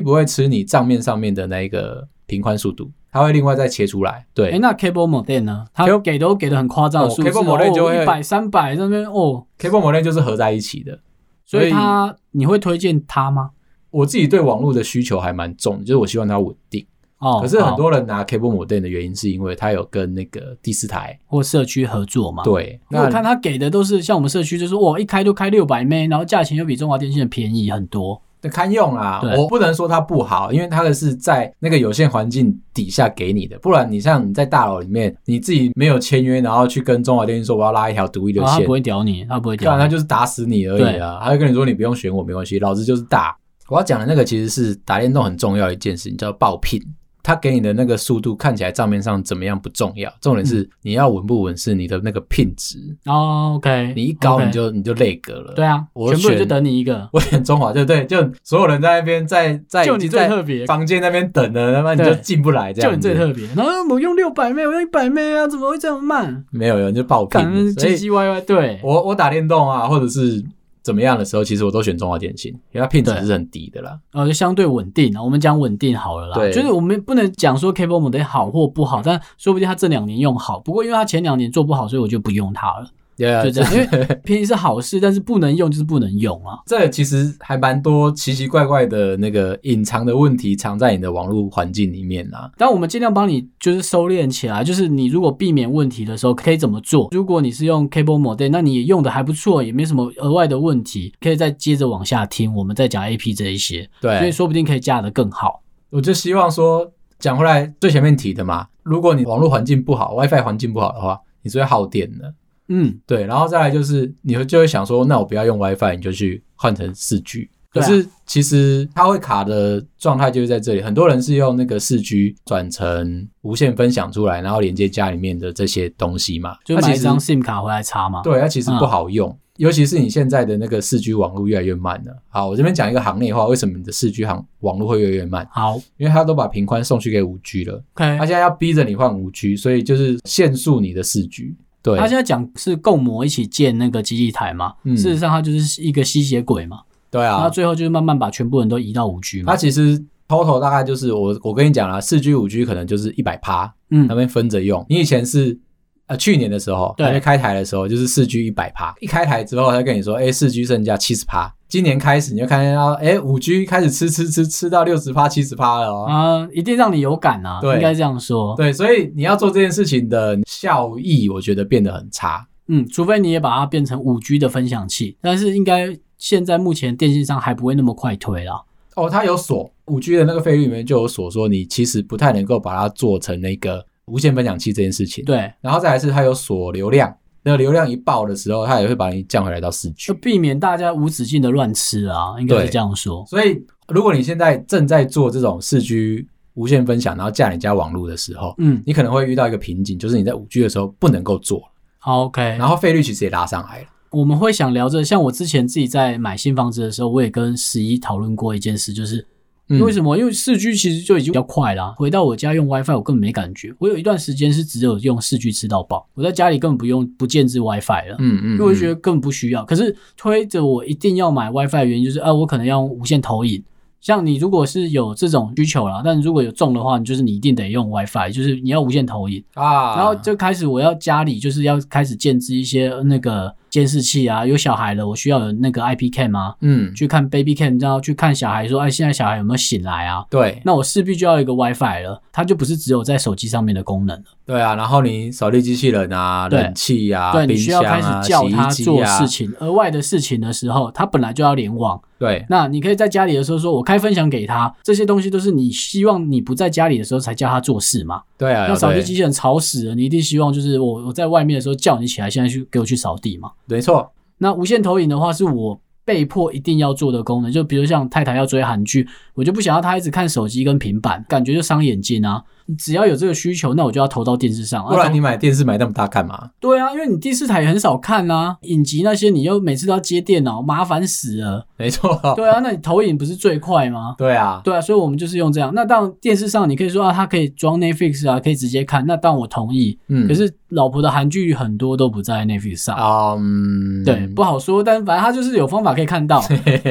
Speaker 2: 嗯，
Speaker 1: 不会吃你账面上面的那一个频宽速度，它会另外再切出来。对，
Speaker 2: 哎、那 Cable Modem 呢？他
Speaker 1: Cable-
Speaker 2: 给都给的很夸张的
Speaker 1: 哦
Speaker 2: 数字、
Speaker 1: Cable Modem 就会
Speaker 2: 一百三百那边哦，
Speaker 1: cable modem 就是合在一起的，
Speaker 2: 所
Speaker 1: 所
Speaker 2: 以
Speaker 1: 以
Speaker 2: 他你会推荐他吗？
Speaker 1: 我自己对网络的需求还蛮重的，就是我希望它稳定。
Speaker 2: 哦，
Speaker 1: 可是很
Speaker 2: 好
Speaker 1: 多人拿 cable modem 的原因是因为它有跟那个第四台
Speaker 2: 或社区合作嘛，。
Speaker 1: 对，
Speaker 2: 哦因为我看
Speaker 1: 那
Speaker 2: 他给的都是像我们社区，就是哇，一开就开六百枚，然后价钱又比中华电信的便宜很多。
Speaker 1: 堪用啊，
Speaker 2: 对
Speaker 1: 我不能说它不好，因为它的是在那个有限环境底下给你的，不然你像你在大楼里面，你自己没有签约，然后去跟中华电信说我要拉一条独立的
Speaker 2: 然后他
Speaker 1: 线
Speaker 2: 不，会屌你，他不会
Speaker 1: 不然
Speaker 2: 屌
Speaker 1: 啊他
Speaker 2: 你。
Speaker 1: 就是打死你而
Speaker 2: 对
Speaker 1: 已啊，他会跟你说你不用选我没关系，老子就是打。我要讲的那个其实是打电动很重要的一件事情，叫爆品。它给你的那个速度看起来账面上怎么样不重要，重点
Speaker 2: 嗯
Speaker 1: 是你要稳不稳是你的那个品质，
Speaker 2: 哦，OK，
Speaker 1: 你一高
Speaker 2: OK
Speaker 1: 你就你就累格了。
Speaker 2: 对啊，
Speaker 1: 我
Speaker 2: 全部人就
Speaker 1: 选
Speaker 2: 等你一 个，
Speaker 1: 我选中华队，对，就所有人在那边在在
Speaker 2: 就
Speaker 1: 已
Speaker 2: 你
Speaker 1: 经
Speaker 2: 最
Speaker 1: 在
Speaker 2: 特别，
Speaker 1: 房间那边等了，要不然你就
Speaker 2: 对
Speaker 1: 进不来这样
Speaker 2: 就
Speaker 1: 子。
Speaker 2: 你最特别。然后我用六百枚，我用一百枚啊，怎么会这样慢？
Speaker 1: 没有有人就爆
Speaker 2: 感觉
Speaker 1: 品，所
Speaker 2: 唧
Speaker 1: 以
Speaker 2: 唧歪歪，对，
Speaker 1: 我我打电动啊，或者是怎么样的时候，其实我都选中华电信，因为它品质是很低的啦。
Speaker 2: 呃，就相对稳定啊。我们讲稳定好了啦，
Speaker 1: 对
Speaker 2: 就是我们不能讲说 Cable 母得好或不好，但说不定它这两年用好。不过因为它前两年做不好，所以我就不用它了，
Speaker 1: 对啊
Speaker 2: 就这样。因为便宜是好事，但是不能用就是不能用啊。
Speaker 1: 这其实还蛮多奇奇怪怪的那个隐藏的问题，藏在你的网络环境里面啊。
Speaker 2: 但我们尽量帮你就是收敛起来，就是你如果避免问题的时候可以怎么做？如果你是用 Cable Model，那你也用的还不错，也没什么额外的问题，可以再接着往下听，我们再讲 AP 这一些，所以
Speaker 1: 对，
Speaker 2: 说不定可以架得更好。
Speaker 1: 我就希望说，讲回来最前面提的嘛，如果你网络环境不好，WiFi 环境不好的话，你是会耗电的。
Speaker 2: 嗯，
Speaker 1: 对，然后再来就是，你会就会想说，那我不要用 WiFi，你就去换成四 G。可
Speaker 2: 对啊
Speaker 1: 是其实它会卡的状态就是在这里，很多人是用那个四 G 转成无线分享出来，然后连接家里面的这些东西嘛，
Speaker 2: 就
Speaker 1: 那
Speaker 2: 买
Speaker 1: 其
Speaker 2: 一
Speaker 1: 实
Speaker 2: 张 SIM 卡回来插嘛。
Speaker 1: 对，它其实不好用，尤其是你现在的那个四 G 网络越来越慢了。好，我这边讲一个行内话，为什么你的四 G 行网络会越来越慢？
Speaker 2: 好
Speaker 1: 因为它都把频宽送去给五 G 了，它。
Speaker 2: ，OK
Speaker 1: 现在要逼着你换五 G，所以就是限速你的四 G。对，
Speaker 2: 他现在讲是共模一起建那个基地台嘛，
Speaker 1: 嗯
Speaker 2: 事实上它就是一个吸血鬼嘛，
Speaker 1: 对
Speaker 2: 然
Speaker 1: 啊
Speaker 2: 后，最后就是慢慢把全部人都移到五 G 嘛
Speaker 1: 它。其实 total 大概就是我我跟你讲啦，四 G 五 G 可能就是一百趴，
Speaker 2: 嗯
Speaker 1: 那，边分着用。你以前是呃去年的时候，
Speaker 2: 对
Speaker 1: 还没开台的时候就是四 G 一百趴，一开台之后他就跟你说，哎，四 G 剩下七十趴。今年开始你就看见到，哎，五 G 开始吃吃吃吃到六十趴七十趴了哦。
Speaker 2: 啊，一定让你有感啊，
Speaker 1: 对
Speaker 2: 应该这样说。
Speaker 1: 对，所以你要做这件事情的效益，我觉得变得很差。
Speaker 2: 嗯，除非你也把它变成五 G 的分享器，但是应该现在目前电信商还不会那么快推啦。
Speaker 1: 哦，它有锁五 G 的那个费率里面就有锁说，你其实不太能够把它做成那个无线分享器这件事情。
Speaker 2: 对，
Speaker 1: 然后再来是它有锁流量，那个流量一爆的时候，它也会把你降回来到四 G
Speaker 2: 就。避免大家无止境的乱吃啊，应该是
Speaker 1: 对
Speaker 2: 这样说。
Speaker 1: 所以，如果你现在正在做这种四 G 无线分享，然后架你家网络的时候，
Speaker 2: 嗯
Speaker 1: 你可能会遇到一个瓶颈，就是你在五 G 的时候不能够做，
Speaker 2: 好，OK，
Speaker 1: 然后费率其实也拉上来了。
Speaker 2: 我们会想聊这，像我之前自己在买新房子的时候，我也跟十一讨论过一件事，就是
Speaker 1: 嗯
Speaker 2: 为什么？因为四 G 其实就已经比较快啦。回到我家用 WiFi，我根本没感觉。我有一段时间是只有用四 G 吃到饱，我在家里根本不用不建制 WiFi 了。
Speaker 1: 嗯嗯，
Speaker 2: 因为我就觉
Speaker 1: 得
Speaker 2: 得根本不需要。可是推着我一定要买 WiFi 的原因就是，啊，我可能要用无线投影。像你如果是有这种需求啦，但如果有中的话，你就是你一定得用 WiFi，就是你要无线投影。
Speaker 1: 啊，
Speaker 2: 然后就开始我要家里就是要开始建置一些呃那个监视器啊，有小孩了，我需要有那个 IP cam 啊，
Speaker 1: 嗯，
Speaker 2: 去看 baby cam，然后去看小孩说，哎，现在小孩有没有醒来啊？
Speaker 1: 对
Speaker 2: 那我势必就要有一个 WiFi 了，它就不是只有在手机上面的功能了。
Speaker 1: 对啊，然后你扫地机器人啊，
Speaker 2: 对
Speaker 1: 冷气啊，
Speaker 2: 对你
Speaker 1: 冰
Speaker 2: 需要
Speaker 1: 箱
Speaker 2: 开始
Speaker 1: 啊，
Speaker 2: 叫他
Speaker 1: 洗衣机
Speaker 2: 做
Speaker 1: 啊
Speaker 2: 事，情，额外的事情的时候，他本来就要联网。
Speaker 1: 对
Speaker 2: 那你可以在家里的时候说，我开分享给他，这些东西都是你希望你不在家里的时候才叫他做事嘛。
Speaker 1: 对啊，
Speaker 2: 那扫地机
Speaker 1: 对
Speaker 2: 器人吵死了，你一定希望就是我我在外面的时候叫你起来，现在去给我去扫地嘛。
Speaker 1: 没错，
Speaker 2: 那无线投影的话，是我被迫一定要做的功能，就比如像太太要追韩剧，我就不想要她一直看手机跟平板，感觉就伤眼睛啊。只要有这个需求，那我就要投到电视上。
Speaker 1: 不
Speaker 2: 啊
Speaker 1: 然你买电视买那么大干嘛？
Speaker 2: 对啊，因为你第四台也很少看啊，影集那些你又每次都要接电脑，麻烦死了。
Speaker 1: 没错，
Speaker 2: 对啊，那你投影不是最快吗？
Speaker 1: 对啊，
Speaker 2: 对啊，所以我们就是用这样。那当然电视上你可以说啊，它可以装 Netflix 啊，可以直接看。那当然我同意。
Speaker 1: 嗯，
Speaker 2: 可是老婆的韩剧很多都不在 Netflix 上，
Speaker 1: 啊嗯，
Speaker 2: 对，不好说。但反正它就是有方法可 以看到，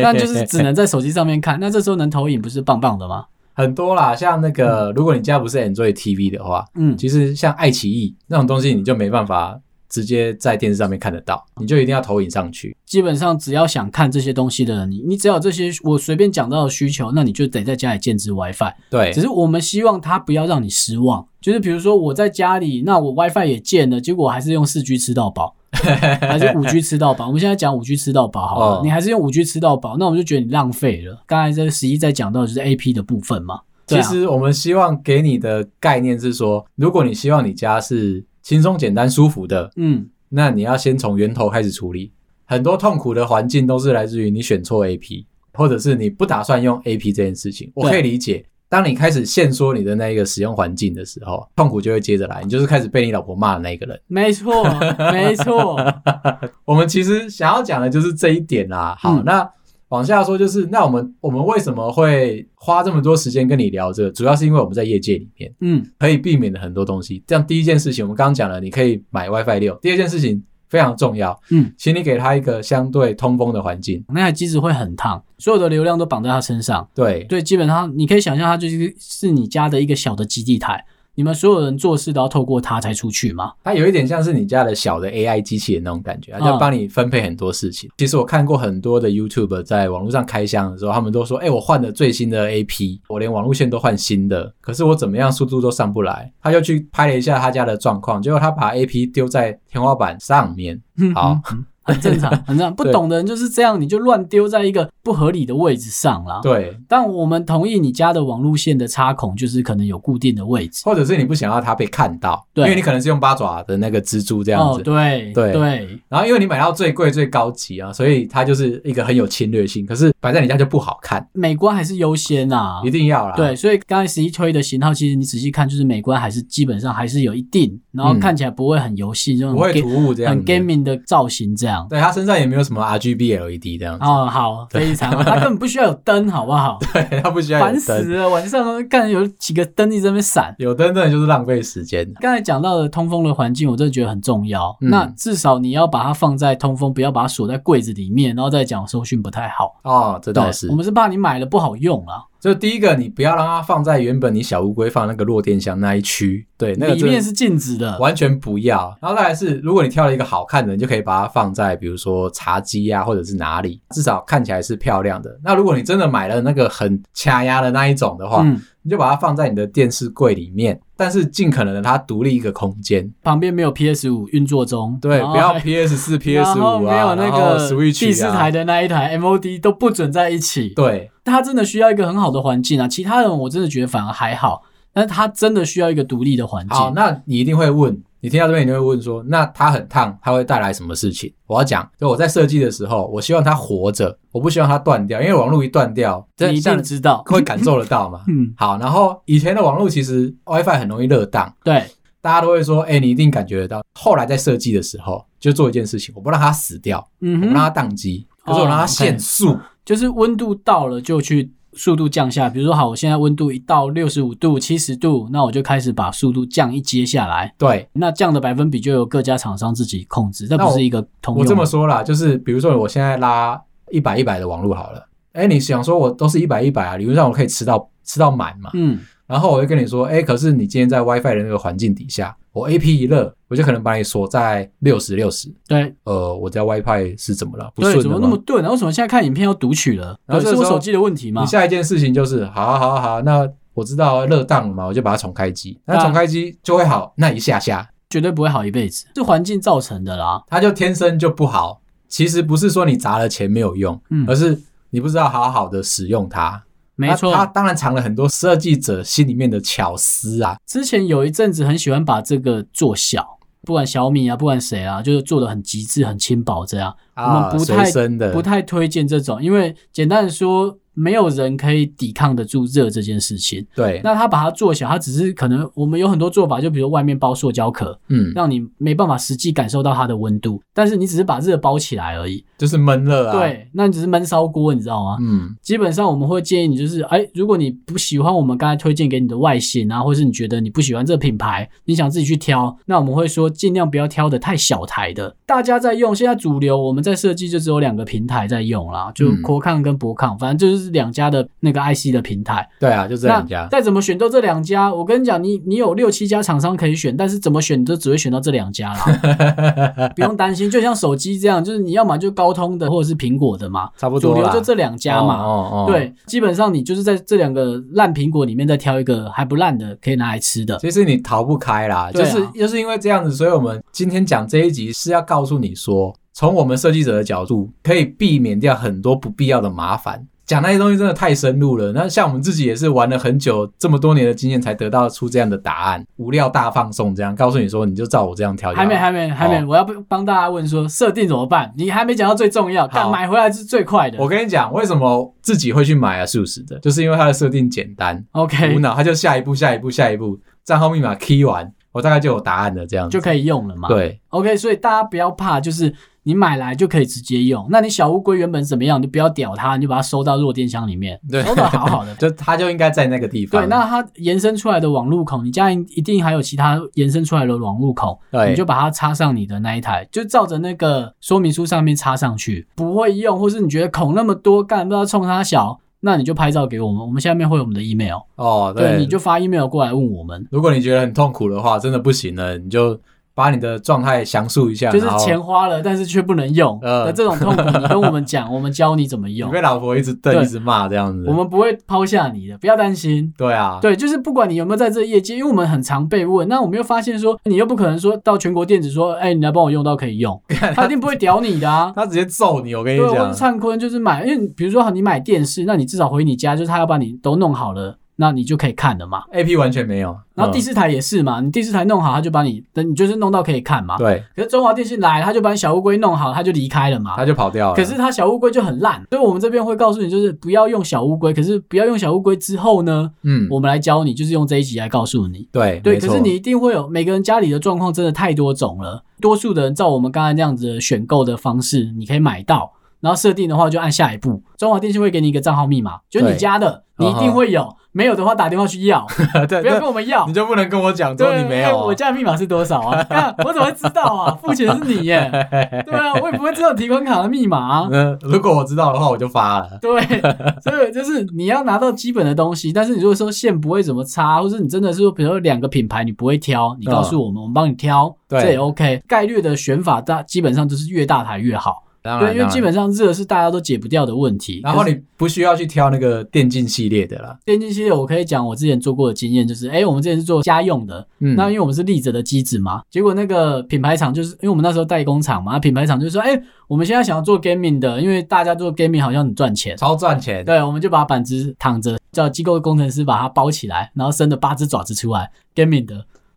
Speaker 2: 但就是只能在手机上面看。那这时候能投影不是棒棒的吗？
Speaker 1: 很多啦，像那个，如果你家不是 Android TV 的话，
Speaker 2: 嗯，
Speaker 1: 其实像爱奇艺那种东西，你就没办法直接在电视上面看得到，你就一定要投影上去。
Speaker 2: 基本上只要想看这些东西的人，你你只要有这些我随便讲到的需求，那你就得在家里建置 WiFi。
Speaker 1: 对
Speaker 2: 只，是我们希望它不要让你失望，就是比如说我在家里，那我 WiFi 也建了，结果我还是用四 G 吃 到饱，还是五 G 吃到饱。我们现在讲五 G 吃到饱好了，
Speaker 1: 哦
Speaker 2: 你还是用五 G 吃到饱，那我们就觉得你浪费了。刚才这十一在讲到的就是 AP 的部分嘛，对
Speaker 1: 其
Speaker 2: 啊
Speaker 1: 实我们希望给你的概念是说，如果你希望你家是轻松、简单、舒服的，
Speaker 2: 嗯，
Speaker 1: 那你要先从源头开始处理。很多痛苦的环境都是来自于你选错 AP，或者是你不打算用 AP 这件事情。我可以理解，当你开始限缩你的那一个使用环境的时候，痛苦就会接着来，你就是开始被你老婆骂的那一个人。
Speaker 2: 没错，没错，
Speaker 1: 我们其实想要讲的就是这一点啦。好，
Speaker 2: 嗯
Speaker 1: 那往下说就是，那我们我们为什么会花这么多时间跟你聊这个？主要是因为我们在业界里面
Speaker 2: 嗯，
Speaker 1: 可以避免的很多东西。这样第一件事情，我们刚刚讲了，你可以买 WiFi 六。第二件事情非常重要，
Speaker 2: 嗯，
Speaker 1: 请你给他一个相对通风的环境。
Speaker 2: 那台机子会很烫，所有的流量都绑在它身上，
Speaker 1: 对，
Speaker 2: 对，基本上你可以想象它就是是你家的一个小的基地台，你们所有人做事都要透过它才出去嘛，
Speaker 1: 它有一点像是你家的小的 AI 机器人那种感觉，它就
Speaker 2: 嗯
Speaker 1: 帮你分配很多事情。其实我看过很多的 YouTube 在网络上开箱的时候，他们都说：“哎、我换了最新的 AP，我连网路线都换新的，可是我怎么样速度都上不来。”他就去拍了一下他家的状况，结果他把 AP 丢在天花板上面。
Speaker 2: 嗯
Speaker 1: 好，
Speaker 2: 很正 常，很正常。不
Speaker 1: 对
Speaker 2: 懂的人就是这样，你就乱丢在一个不合理的位置上啦。
Speaker 1: 对，
Speaker 2: 但我们同意你家的网路线的插孔就是可能有固定的位置。
Speaker 1: 或者是你不想要它被看到，因
Speaker 2: 对
Speaker 1: 为你可能是用八爪的那个蜘蛛这样
Speaker 2: 哦，
Speaker 1: 子。
Speaker 2: 对
Speaker 1: 对
Speaker 2: 对，
Speaker 1: 然后因为你买到最贵最高级啊，所以它就是一个很有侵略性，可是摆在你家就不好看，
Speaker 2: 美观还是优先啊
Speaker 1: 一。定要啦。
Speaker 2: 对，所以刚才十一推的型号，其实你仔细看，就是美观还是基本上还是有一定，然后
Speaker 1: 嗯
Speaker 2: 看起来不会很游戏，这种
Speaker 1: 不会
Speaker 2: ga-
Speaker 1: 突兀这样
Speaker 2: 嗯很
Speaker 1: 子。
Speaker 2: gaming 的造型这样。
Speaker 1: 对，它身上也没有什么 RGB LED E 这样 子，
Speaker 2: 哦，好，非常 好，它根本不需要有灯，好不好？
Speaker 1: 对，它不需要有
Speaker 2: 烦
Speaker 1: 灯
Speaker 2: 死了，晚上看有几个灯一直在那边闪。
Speaker 1: 有灯真的就是浪费时间。
Speaker 2: 刚才讲到的通风的环境，我真的觉得很重要。
Speaker 1: 嗯
Speaker 2: 那至少你要把它放在通风，不要把它锁在柜子里面，然后再讲收讯不太好。
Speaker 1: 哦，这倒
Speaker 2: 对，
Speaker 1: 是
Speaker 2: 我。们是怕你买了不好用啊，
Speaker 1: 就第一个，你不要让它放在原本你小乌龟放那个落电箱那一区，对，那个
Speaker 2: 里
Speaker 1: 真的
Speaker 2: 面是禁止的。
Speaker 1: 完全不要。然后再来是，如果你挑了一个好看的，你就可以把它放在比如说茶几啊，或者是哪里，至少看起来是漂亮的。那如果你真的买了那个很掐压的那一种的话，
Speaker 2: 嗯，
Speaker 1: 你就把它放在你的电视柜里面，但是尽可能的它独立一个空间。
Speaker 2: 旁边没有 PS 五运作中，
Speaker 1: 对，
Speaker 2: 然后
Speaker 1: 不要
Speaker 2: 还
Speaker 1: PS 四、PS
Speaker 2: 然后
Speaker 1: 五
Speaker 2: 没
Speaker 1: 啊，
Speaker 2: 有那
Speaker 1: 然后
Speaker 2: 个
Speaker 1: Switch
Speaker 2: 第四
Speaker 1: 啊
Speaker 2: 台的那一台 MOD 都不准在一起。
Speaker 1: 对，
Speaker 2: 它真的需要一个很好的环境啊，其他人我真的觉得反而还好，但是它真的需要一个独立的环
Speaker 1: 好，
Speaker 2: 境。
Speaker 1: 那你一定会问，你听到这边你就会问说，那它很烫，它会带来什么事情？我要讲，就我在设计的时候，我希望它活着，我不希望它断掉，因为网络一断掉，
Speaker 2: 你一
Speaker 1: 像
Speaker 2: 定知道，。
Speaker 1: 会感受得到嘛
Speaker 2: 嗯，
Speaker 1: 好，然后以前的网络其实 WiFi 很容易热档，
Speaker 2: 对，
Speaker 1: 大家都会说，哎、你一定感觉得到。后来在设计的时候，就做一件事情，我不让它死掉，
Speaker 2: 嗯
Speaker 1: 我不
Speaker 2: 哼
Speaker 1: 让，它宕机，可是我让
Speaker 2: 哦
Speaker 1: 它
Speaker 2: ，OK
Speaker 1: 限速。
Speaker 2: 就是温度到了就去速度降下，比如说好，我现在温度一到六十五度、七十度，那我就开始把速度降一阶下来。
Speaker 1: 对
Speaker 2: 那降的百分比就由各家厂商自己控制，那
Speaker 1: 那
Speaker 2: 不
Speaker 1: 我
Speaker 2: 是一个通
Speaker 1: 我
Speaker 2: 用的。
Speaker 1: 这么说啦，就是比如说我现在拉一百一百的网络好了，哎、你想说我都是一百一百啊，理论上我可以吃到吃到满嘛。
Speaker 2: 嗯，
Speaker 1: 然后我就跟你说，哎、可是你今天在 WiFi 的那个环境底下，我 AP 一热，我就可能把你锁在六十六十。
Speaker 2: 对
Speaker 1: 呃，我在 WiFi 是怎么了？不
Speaker 2: 对，
Speaker 1: 顺
Speaker 2: 怎
Speaker 1: 了
Speaker 2: 么那么
Speaker 1: 吗？
Speaker 2: 钝啊？为什么现在看影片要读取了？
Speaker 1: 然后这
Speaker 2: 对，是
Speaker 1: 时候
Speaker 2: 我手机的问题嘛
Speaker 1: 你？下一件事情就是，好啊好啊好啊，那我知道热档了嘛，我就把它重开机。那重开机就会好那一下下，
Speaker 2: 绝对不会好一辈子，是环境造成的啦。
Speaker 1: 它就天生就不好。其实不是说你砸了钱没有用，
Speaker 2: 嗯
Speaker 1: 而是你不知道好好的使用它。
Speaker 2: 没
Speaker 1: 那
Speaker 2: 错，
Speaker 1: 他当然藏了很多设计者心里面的巧思啊。
Speaker 2: 之前有一阵子很喜欢把这个做小，不管小米啊，不管谁啊，就是做的很极致、很轻薄这样。
Speaker 1: 啊，
Speaker 2: 我们不
Speaker 1: 随
Speaker 2: 太
Speaker 1: 身的，
Speaker 2: 不太推荐这种，因为简单的说，没有人可以抵抗得住热这件事情。
Speaker 1: 对，
Speaker 2: 那他把它做小，他只是可能我们有很多做法，就比如外面包塑胶壳，
Speaker 1: 嗯，
Speaker 2: 让你没办法实际感受到它的温度，但是你只是把热包起来而已。
Speaker 1: 就是闷热啊。，
Speaker 2: 对，那你只是闷烧锅，你知道吗？
Speaker 1: 嗯，
Speaker 2: 基本上我们会建议你，就是哎，如果你不喜欢我们刚才推荐给你的外形啊，或是你觉得你不喜欢这个品牌，你想自己去挑，那我们会说尽量不要挑的太小台的。大家在用，现在主流我们在设计就只有两个平台在用啦，就
Speaker 1: 嗯
Speaker 2: 国抗跟博抗，反正就是两家的那个 IC 的平台。
Speaker 1: 对啊，就这两家
Speaker 2: 那。再怎么选都这两家，我跟你讲，你你有六七家厂商可以选，但是怎么选你都只会选到这两家啦， 不用担心。就像手机这样，就是你要么就高通的或者是苹果的嘛，
Speaker 1: 差不
Speaker 2: 主
Speaker 1: 多
Speaker 2: 流
Speaker 1: 啦
Speaker 2: 就这两家嘛。
Speaker 1: 哦哦，哦。
Speaker 2: 对，基本上你就是在这两个烂苹果里面再挑一个还不烂的，可以拿来吃的。
Speaker 1: 其实你逃不开啦，
Speaker 2: 对
Speaker 1: 就
Speaker 2: 啊
Speaker 1: 是就是因为这样子，所以我们今天讲这一集是要告诉你说，从我们设计者的角度，可以避免掉很多不必要的麻烦。讲那些东西真的太深入了。那像我们自己也是玩了很久，这么多年的经验才得到出这样的答案，无料大放送这样告诉你说，你就照我这样挑就好
Speaker 2: 还
Speaker 1: 了。
Speaker 2: 没，还没，还没，
Speaker 1: 哦
Speaker 2: 我要不帮大家问说设定怎么办？你还没讲到最重要，但
Speaker 1: 好
Speaker 2: 买回来是最快的。
Speaker 1: 我跟你讲，为什么自己会去买啊素食的，就是因为它的设定简单，无
Speaker 2: OK，
Speaker 1: 脑，它就下一步、下一步、下一步，账号密码 key 完，我大概就有答案了，这样子
Speaker 2: 就可以用了嘛。
Speaker 1: 对，
Speaker 2: OK，所以大家不要怕，就是你买来就可以直接用。那你小乌龟原本怎么样，你就不要屌它，你就把它收到弱电箱里面，
Speaker 1: 对
Speaker 2: 收的好好
Speaker 1: 。
Speaker 2: 的
Speaker 1: 就它就应该在那个地方。
Speaker 2: 哦对，那它延伸出来的网路孔，你家一定还有其他延伸出来的网路孔，
Speaker 1: 对
Speaker 2: 你就把它插上你的那一台，就照着那个说明书上面插上去。不会用，或是你觉得孔那么多，干不知道冲它小，那你就拍照给我们，我们下面会有我们的 email，
Speaker 1: 哦，
Speaker 2: 对，你就发 email 过来问我们。
Speaker 1: 如果你觉得很痛苦的话，真的不行了，你就把你的状态详述一下，
Speaker 2: 就是
Speaker 1: 然后
Speaker 2: 钱花了，但是却不能用
Speaker 1: 呃
Speaker 2: 的这种痛苦，你跟我们讲，我们教你怎么
Speaker 1: 你
Speaker 2: 用。
Speaker 1: 被老婆一直瞪
Speaker 2: 对
Speaker 1: 一直骂这样子。
Speaker 2: 我们不会抛下你的，不要担心。
Speaker 1: 对啊，
Speaker 2: 对，就是不管你有没有在这个业界，因为我们很常被问，那我们又发现说，你又不可能说到全国电子说，哎、你来帮我用到可以用，他一定不会屌你的啊。
Speaker 1: 他直接揍你，我跟你
Speaker 2: 对，啊或
Speaker 1: 讲
Speaker 2: 者。灿坤就是买，因为比如说你买电视，那你至少回你家，就是他要把你都弄好了，那你就可以看了嘛。
Speaker 1: A P 完全没有，
Speaker 2: 然后第
Speaker 1: 嗯、
Speaker 2: 四台也是嘛，你第四台弄好，他就把你，等你就是弄到可以看嘛。
Speaker 1: 对，
Speaker 2: 可是中华电信来，他就把你小乌龟弄好，他就离开了嘛。
Speaker 1: 他就跑掉了。
Speaker 2: 可是它小乌龟就很烂，所以我们这边会告诉你，就是不要用小乌龟。可是不要用小乌龟之后呢，
Speaker 1: 嗯，
Speaker 2: 我们来教你，就是用这一集来告诉你。
Speaker 1: 对
Speaker 2: 对，
Speaker 1: 没
Speaker 2: 可
Speaker 1: 错
Speaker 2: 是你一定会有每个人家里的状况真的太多种了，多数的人照我们刚才那样子的选购的方式，你可以买到，然后设定的话就按下一步。中华电信会给你一个账号密码，就是你
Speaker 1: 对嗯
Speaker 2: 家的，你一定会有，没有的话打电话 去要，
Speaker 1: 对，
Speaker 2: 不要跟
Speaker 1: 对
Speaker 2: 我们要
Speaker 1: 你。就不能跟我讲说
Speaker 2: 对，
Speaker 1: 你没
Speaker 2: 哎
Speaker 1: 有
Speaker 2: 我
Speaker 1: 哦、
Speaker 2: 家的密码是多少啊？ 看我怎么会知道啊？付钱的是 你耶，对啊，我也不会知道提款卡的密码啊。
Speaker 1: 嗯，如果我知道的话，我就发了。
Speaker 2: 对，所以就是你要拿到基本的东西，但是你如果说线不会怎么插，或是你真的是说，比如说两个品牌你不会挑，你告诉我们，我们帮你挑，
Speaker 1: 嗯对
Speaker 2: 这也 OK。概率的选法大基本上就是越大台越好，
Speaker 1: 当然，
Speaker 2: 对，因为
Speaker 1: 当然
Speaker 2: 基本上这个是大家都解不掉的问题。
Speaker 1: 然后
Speaker 2: 可是
Speaker 1: 你不需要去挑那个电竞系列的啦。
Speaker 2: 电竞系列，我可以讲我之前做过的经验，就是哎、我们之前是做家用的，
Speaker 1: 嗯，
Speaker 2: 那因为我们是立着的机子嘛，结果那个品牌厂就是因为我们那时候代工厂嘛，品牌厂就说，哎、我们现在想要做 gaming 的，因为大家做 gaming 好像很赚钱，
Speaker 1: 超赚钱。
Speaker 2: 对，我们就把板子躺着，叫机构工程师把它包起来，然后伸了八只爪子出来，gaming 的，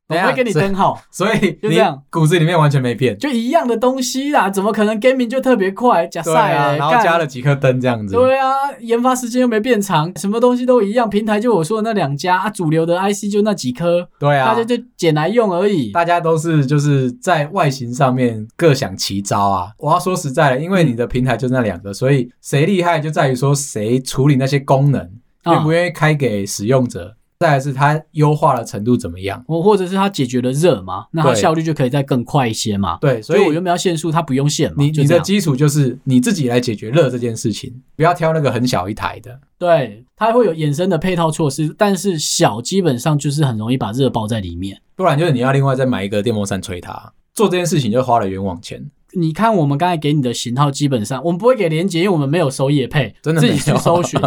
Speaker 2: 我
Speaker 1: 等一下
Speaker 2: 会给你
Speaker 1: 所以
Speaker 2: 灯号，
Speaker 1: 所以
Speaker 2: 就这
Speaker 1: 你
Speaker 2: 样
Speaker 1: 骨子里面完全没变。
Speaker 2: 就一样的东西啦，怎么可能 gaming 就特别快？假
Speaker 1: 对
Speaker 2: 赛
Speaker 1: 啊，
Speaker 2: 欸
Speaker 1: 然后
Speaker 2: 干
Speaker 1: 加了几颗灯这样子。
Speaker 2: 对啊，研发时间又没变长，什么东西都一样，平台就我说的那两家啊，主流的 IC 就那几颗，
Speaker 1: 对啊
Speaker 2: 大家，就捡来用而已。
Speaker 1: 大家都是就是在外形上面各想其招啊。我要说实在的，因
Speaker 2: 嗯
Speaker 1: 为你的平台就那两个，所以谁厉害就在于说谁处理那些功能，愿不
Speaker 2: 啊
Speaker 1: 愿意开给使用者，再来是它优化的程度怎么样。
Speaker 2: 我或者是它解决了热嘛，那它
Speaker 1: 对
Speaker 2: 效率就可以再更快一些嘛。
Speaker 1: 对，所
Speaker 2: 所以我
Speaker 1: 以
Speaker 2: 原本要限速，它不用限嘛。
Speaker 1: 你
Speaker 2: 哦就
Speaker 1: 你
Speaker 2: 这
Speaker 1: 的
Speaker 2: 样
Speaker 1: 基础就是你自己来解决热这件事情，不要挑那个很小一台的。
Speaker 2: 对，它会有衍生的配套措施，但是小基本上就是很容易把热包在里面。
Speaker 1: 不然就是你要另外再买一个电风扇吹它。做这件事情就花了冤枉钱，
Speaker 2: 你看我们刚才给你的型号，基本上我们不会给连接，因为我们没有收业配，
Speaker 1: 真的
Speaker 2: 自
Speaker 1: 没有
Speaker 2: 己去 搜寻。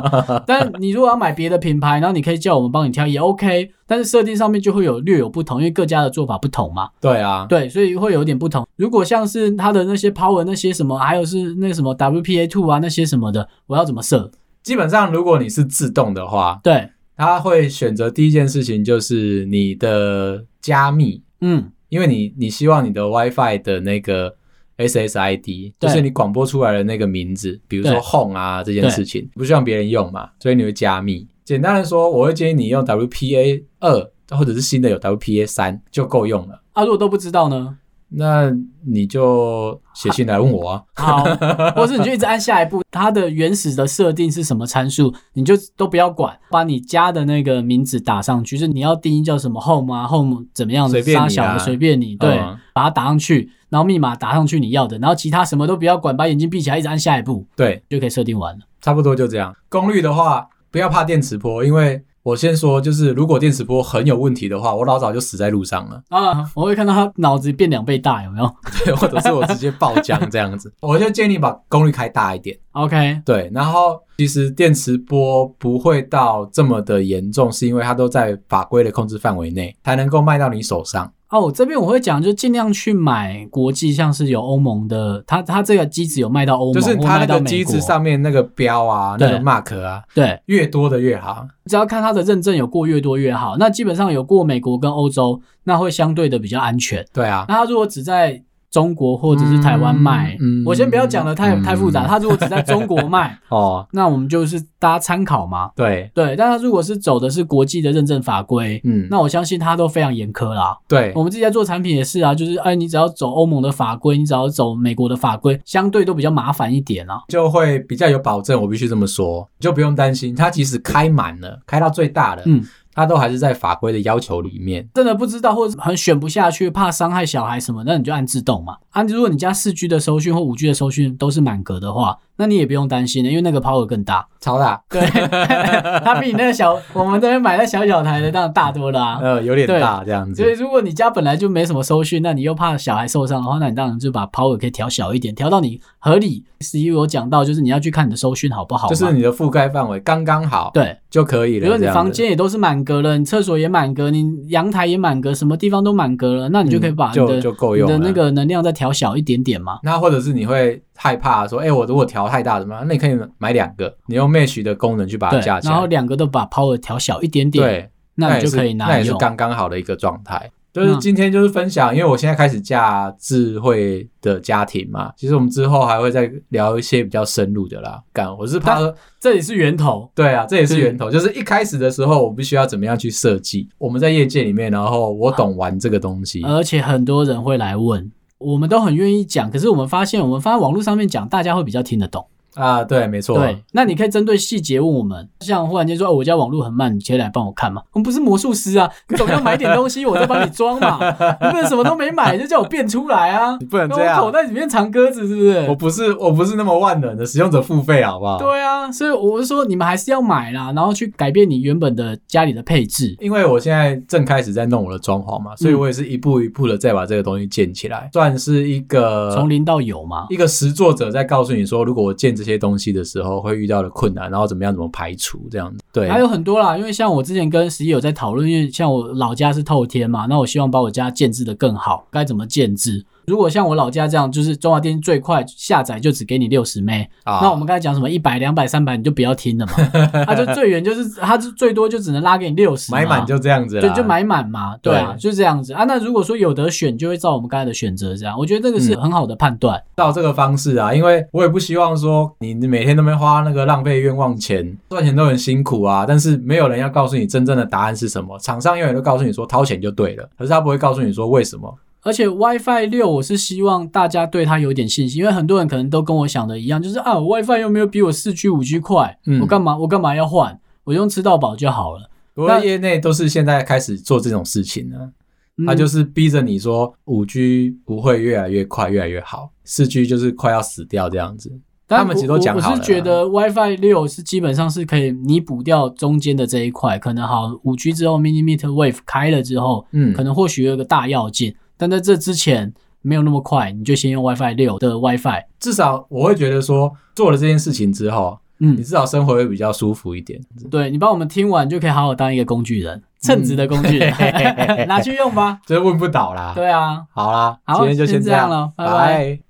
Speaker 2: 但你如果要买别的品牌，然后你可以叫我们帮你挑也 OK，但是设定上面就会有略有不同，因为各家的做法不同嘛。
Speaker 1: 对啊，
Speaker 2: 对，所以会有点不同。如果像是它的那些 Power 那些什么，还有是那个什么 WPA Two 啊那些什么的，我要怎么设？
Speaker 1: 基本上如果你是自动的话，
Speaker 2: 对，
Speaker 1: 它会选择第一件事情就是你的加密，
Speaker 2: 嗯，
Speaker 1: 因为你你希望你的 WiFi 的那个 SSID，
Speaker 2: 对
Speaker 1: 就是你广播出来的那个名字，比如说
Speaker 2: 对
Speaker 1: Home 啊这件
Speaker 2: 对
Speaker 1: 事情，不希望别人用嘛，所以你会加密。简单的说，我会建议你用 WPA 二或者是新的有 WPA 三就够用了。
Speaker 2: 啊，如果都不知道呢？
Speaker 1: 那你就写信来问我啊。
Speaker 2: 好，或是你就一直按下一步，它的原始的设定是什么参数，你就都不要管，把你家的那个名字打上去，就是你要定义叫什么 home 啊，home 怎么样，
Speaker 1: 随便你啊
Speaker 2: 杀小的随便你，对，
Speaker 1: 嗯
Speaker 2: 把它打上去，然后密码打上去你要的，然后其他什么都不要管，把眼睛闭起来，一直按下一步
Speaker 1: 对，
Speaker 2: 就可以设定完了。
Speaker 1: 差不多就这样。功率的话，不要怕电磁波，因为我先说，就是如果电磁波很有问题的话，我老早就死在路上了，
Speaker 2: 啊，我会看到他脑子变两倍大，有没有
Speaker 1: 对，或者是我直接爆浆这样 子。我就建议把功率开大一点，
Speaker 2: ？OK，
Speaker 1: 对。然后其实电磁波不会到这么的严重，是因为它都在法规的控制范围内，才能够卖到你手上。
Speaker 2: 哦，这边我会讲，就尽量去买国际，像是有欧盟的，它它这个机子有卖到欧盟，
Speaker 1: 就是
Speaker 2: 或
Speaker 1: 它
Speaker 2: 卖
Speaker 1: 那
Speaker 2: 到
Speaker 1: 个
Speaker 2: 美
Speaker 1: 机
Speaker 2: 国
Speaker 1: 子上面那个标啊，那个
Speaker 2: 对
Speaker 1: mark 啊，
Speaker 2: 对，
Speaker 1: 越多的越好。
Speaker 2: 只要看它的认证有过越多越好。那基本上有过美国跟欧洲，那会相对的比较安全。
Speaker 1: 对啊，
Speaker 2: 那它如果只在中国或者是台湾卖，
Speaker 1: 嗯嗯
Speaker 2: 我先不要讲的太、
Speaker 1: 嗯，
Speaker 2: 太复杂。它如果只在中国卖
Speaker 1: 哦，
Speaker 2: 那我们就是大家参考嘛。
Speaker 1: 对，
Speaker 2: 对，但它如果是走的是国际的认证法规，
Speaker 1: 嗯，
Speaker 2: 那我相信它都非常严苛啦。
Speaker 1: 对
Speaker 2: 我们自己在做产品也是啊，就是哎，你只要走欧盟的法规，你只要走美国的法规，相对都比较麻烦一点啊。
Speaker 1: 就会比较有保证。我必须这么说，你就不用担心，它即使开满了，开到最大了，
Speaker 2: 嗯，
Speaker 1: 它都还是在法规的要求里面。
Speaker 2: 真的不知道或者很选不下去，怕伤害小孩什么，那你就按自动嘛。啊，如果你家四 G 的搜讯或五 G 的搜讯都是满格的话，那你也不用担心了，因为那个 power 更大。
Speaker 1: 超大，
Speaker 2: 对，它比你那个小，我们这边买那小小台的当然大多了啊。
Speaker 1: 呃，有点
Speaker 2: 对
Speaker 1: 大这样
Speaker 2: 所以，
Speaker 1: 子。
Speaker 2: 如果你家本来就没什么收讯，那你又怕小孩受伤的话，那你当然就把 power 可以调小一点，调到你合理。十一有讲到，就是你要去看你的收讯好不好嘛，
Speaker 1: 就是你的覆盖范围刚刚好，，
Speaker 2: 对，
Speaker 1: 就可以
Speaker 2: 比
Speaker 1: 了。
Speaker 2: 如说你
Speaker 1: 这样子
Speaker 2: 房间也都是满格了，你厕所也满格，你阳台也满格，什么地方都满格了，那你就可以把
Speaker 1: 嗯
Speaker 2: 你的、
Speaker 1: 就就够用
Speaker 2: 你的那
Speaker 1: 了
Speaker 2: 个能量再调小一点点嘛。
Speaker 1: 那或者是你会害怕说，哎、我如果调太大怎么办？那你可以买两个，你用 Mesh 的功能去把它
Speaker 2: 对，
Speaker 1: 架起
Speaker 2: 然后
Speaker 1: 来。
Speaker 2: 两个都把 power 调小一点点，
Speaker 1: 对，
Speaker 2: 那你
Speaker 1: 也
Speaker 2: 就是可以拿
Speaker 1: 那
Speaker 2: 来
Speaker 1: 也是
Speaker 2: 用。
Speaker 1: 刚刚好的一个状态。就是
Speaker 2: 嗯
Speaker 1: 今天就是分享，因为我现在开始架智慧的家庭嘛，其实我们之后还会再聊一些比较深入的啦。干，我是怕说，
Speaker 2: 这里是源头，
Speaker 1: 对啊，这也是源头，就是一开始的时候，我必须要怎么样去设计。我们在业界里面，然后我懂玩这个东西，
Speaker 2: 而且很多人会来问，我们都很愿意讲，可是我们发现，我们发现网络上面讲，大家会比较听得懂。
Speaker 1: 啊，对，没错，
Speaker 2: 对，那你可以针对细节问我们，像忽然间说，哦，我家网络很慢，你可以来帮我看吗？我们不是魔术师啊，你总要买点东西，我再帮你装嘛，你不能什么都没买就叫我变出来啊？
Speaker 1: 你不能
Speaker 2: 那
Speaker 1: 这样
Speaker 2: 我口，袋里面藏鸽子是不
Speaker 1: 我不
Speaker 2: 是？
Speaker 1: 是我不是那么万能的使用者付费，好不好？
Speaker 2: 对啊，所以我是说，你们还是要买啦，然后去改变你原本的家里的配置。
Speaker 1: 因为我现在正开始在弄我的装潢
Speaker 2: 嗯
Speaker 1: 嘛，所以我也是一步一步的再把这个东西建起来，算是一个
Speaker 2: 从零到有嘛，
Speaker 1: 一个实作者在告诉你说，如果我建这些东西的时候会遇到的困难，然后怎么样怎么排除这样子。对，
Speaker 2: 还有很多啦，因为像我之前跟十一有在讨论，因为像我老家是透天嘛，那我希望把我家建制的更好，该怎么建制？如果像我老家这样，就是中华电信最快下载就只给你六十 m
Speaker 1: 啊
Speaker 2: 那我们刚才讲什么一百、两百、三百，你就不要听了 嘛，它就最远就是它就最多就只能拉给你六十，
Speaker 1: 买满就这样子
Speaker 2: 对
Speaker 1: 啦，
Speaker 2: 就买满嘛，对啊，
Speaker 1: 对
Speaker 2: 就这样子啊。那如果说有得选，就会照我们刚才的选择这样，我觉得这个是
Speaker 1: 嗯
Speaker 2: 很好的判断，
Speaker 1: 照这个方式啊，因为我也不希望说你每天都没花那个浪费冤枉钱，赚钱都很辛苦啊，但是没有人要告诉你真正的答案是什么，厂商永远都告诉你说掏钱就对了，可是他不会告诉你说为什么。
Speaker 2: 而且 WiFi 六，我是希望大家对它有点信心，因为很多人可能都跟我想的一样，就是啊我，WiFi 又没有比我四 G、五 G 快，
Speaker 1: 嗯
Speaker 2: 我干嘛我干嘛要换？我用吃到饱就好了。
Speaker 1: 不过
Speaker 2: 那
Speaker 1: 业内都是现在开始做这种事情呢、
Speaker 2: 嗯
Speaker 1: 他啊就是逼着你说五 G 不会越来越快，越来越好，四 G 就是快要死掉这样子。
Speaker 2: 但
Speaker 1: 他们其实
Speaker 2: 我
Speaker 1: 都讲好
Speaker 2: 我
Speaker 1: 了
Speaker 2: 是
Speaker 1: 啦
Speaker 2: 觉得 WiFi 六是基本上是可以弥补掉中间的这一块，可能好五 G 之后 Mini Meter Wave 开了之后，
Speaker 1: 嗯
Speaker 2: 可能或许有一个大要件，但在这之前没有那么快，你就先用 WiFi 六的 WiFi。
Speaker 1: 至少我会觉得说，做了这件事情之后，你
Speaker 2: 嗯，
Speaker 1: 至少生活会比较舒服一点。
Speaker 2: 对你帮我们听完就可以好好当一个工具人，称职的工具人，拿去用吧。
Speaker 1: 这问不倒啦。
Speaker 2: 对啊，
Speaker 1: 好啦，
Speaker 2: 好
Speaker 1: 今天就先
Speaker 2: 先这
Speaker 1: 样
Speaker 2: 样了拜拜
Speaker 1: 拜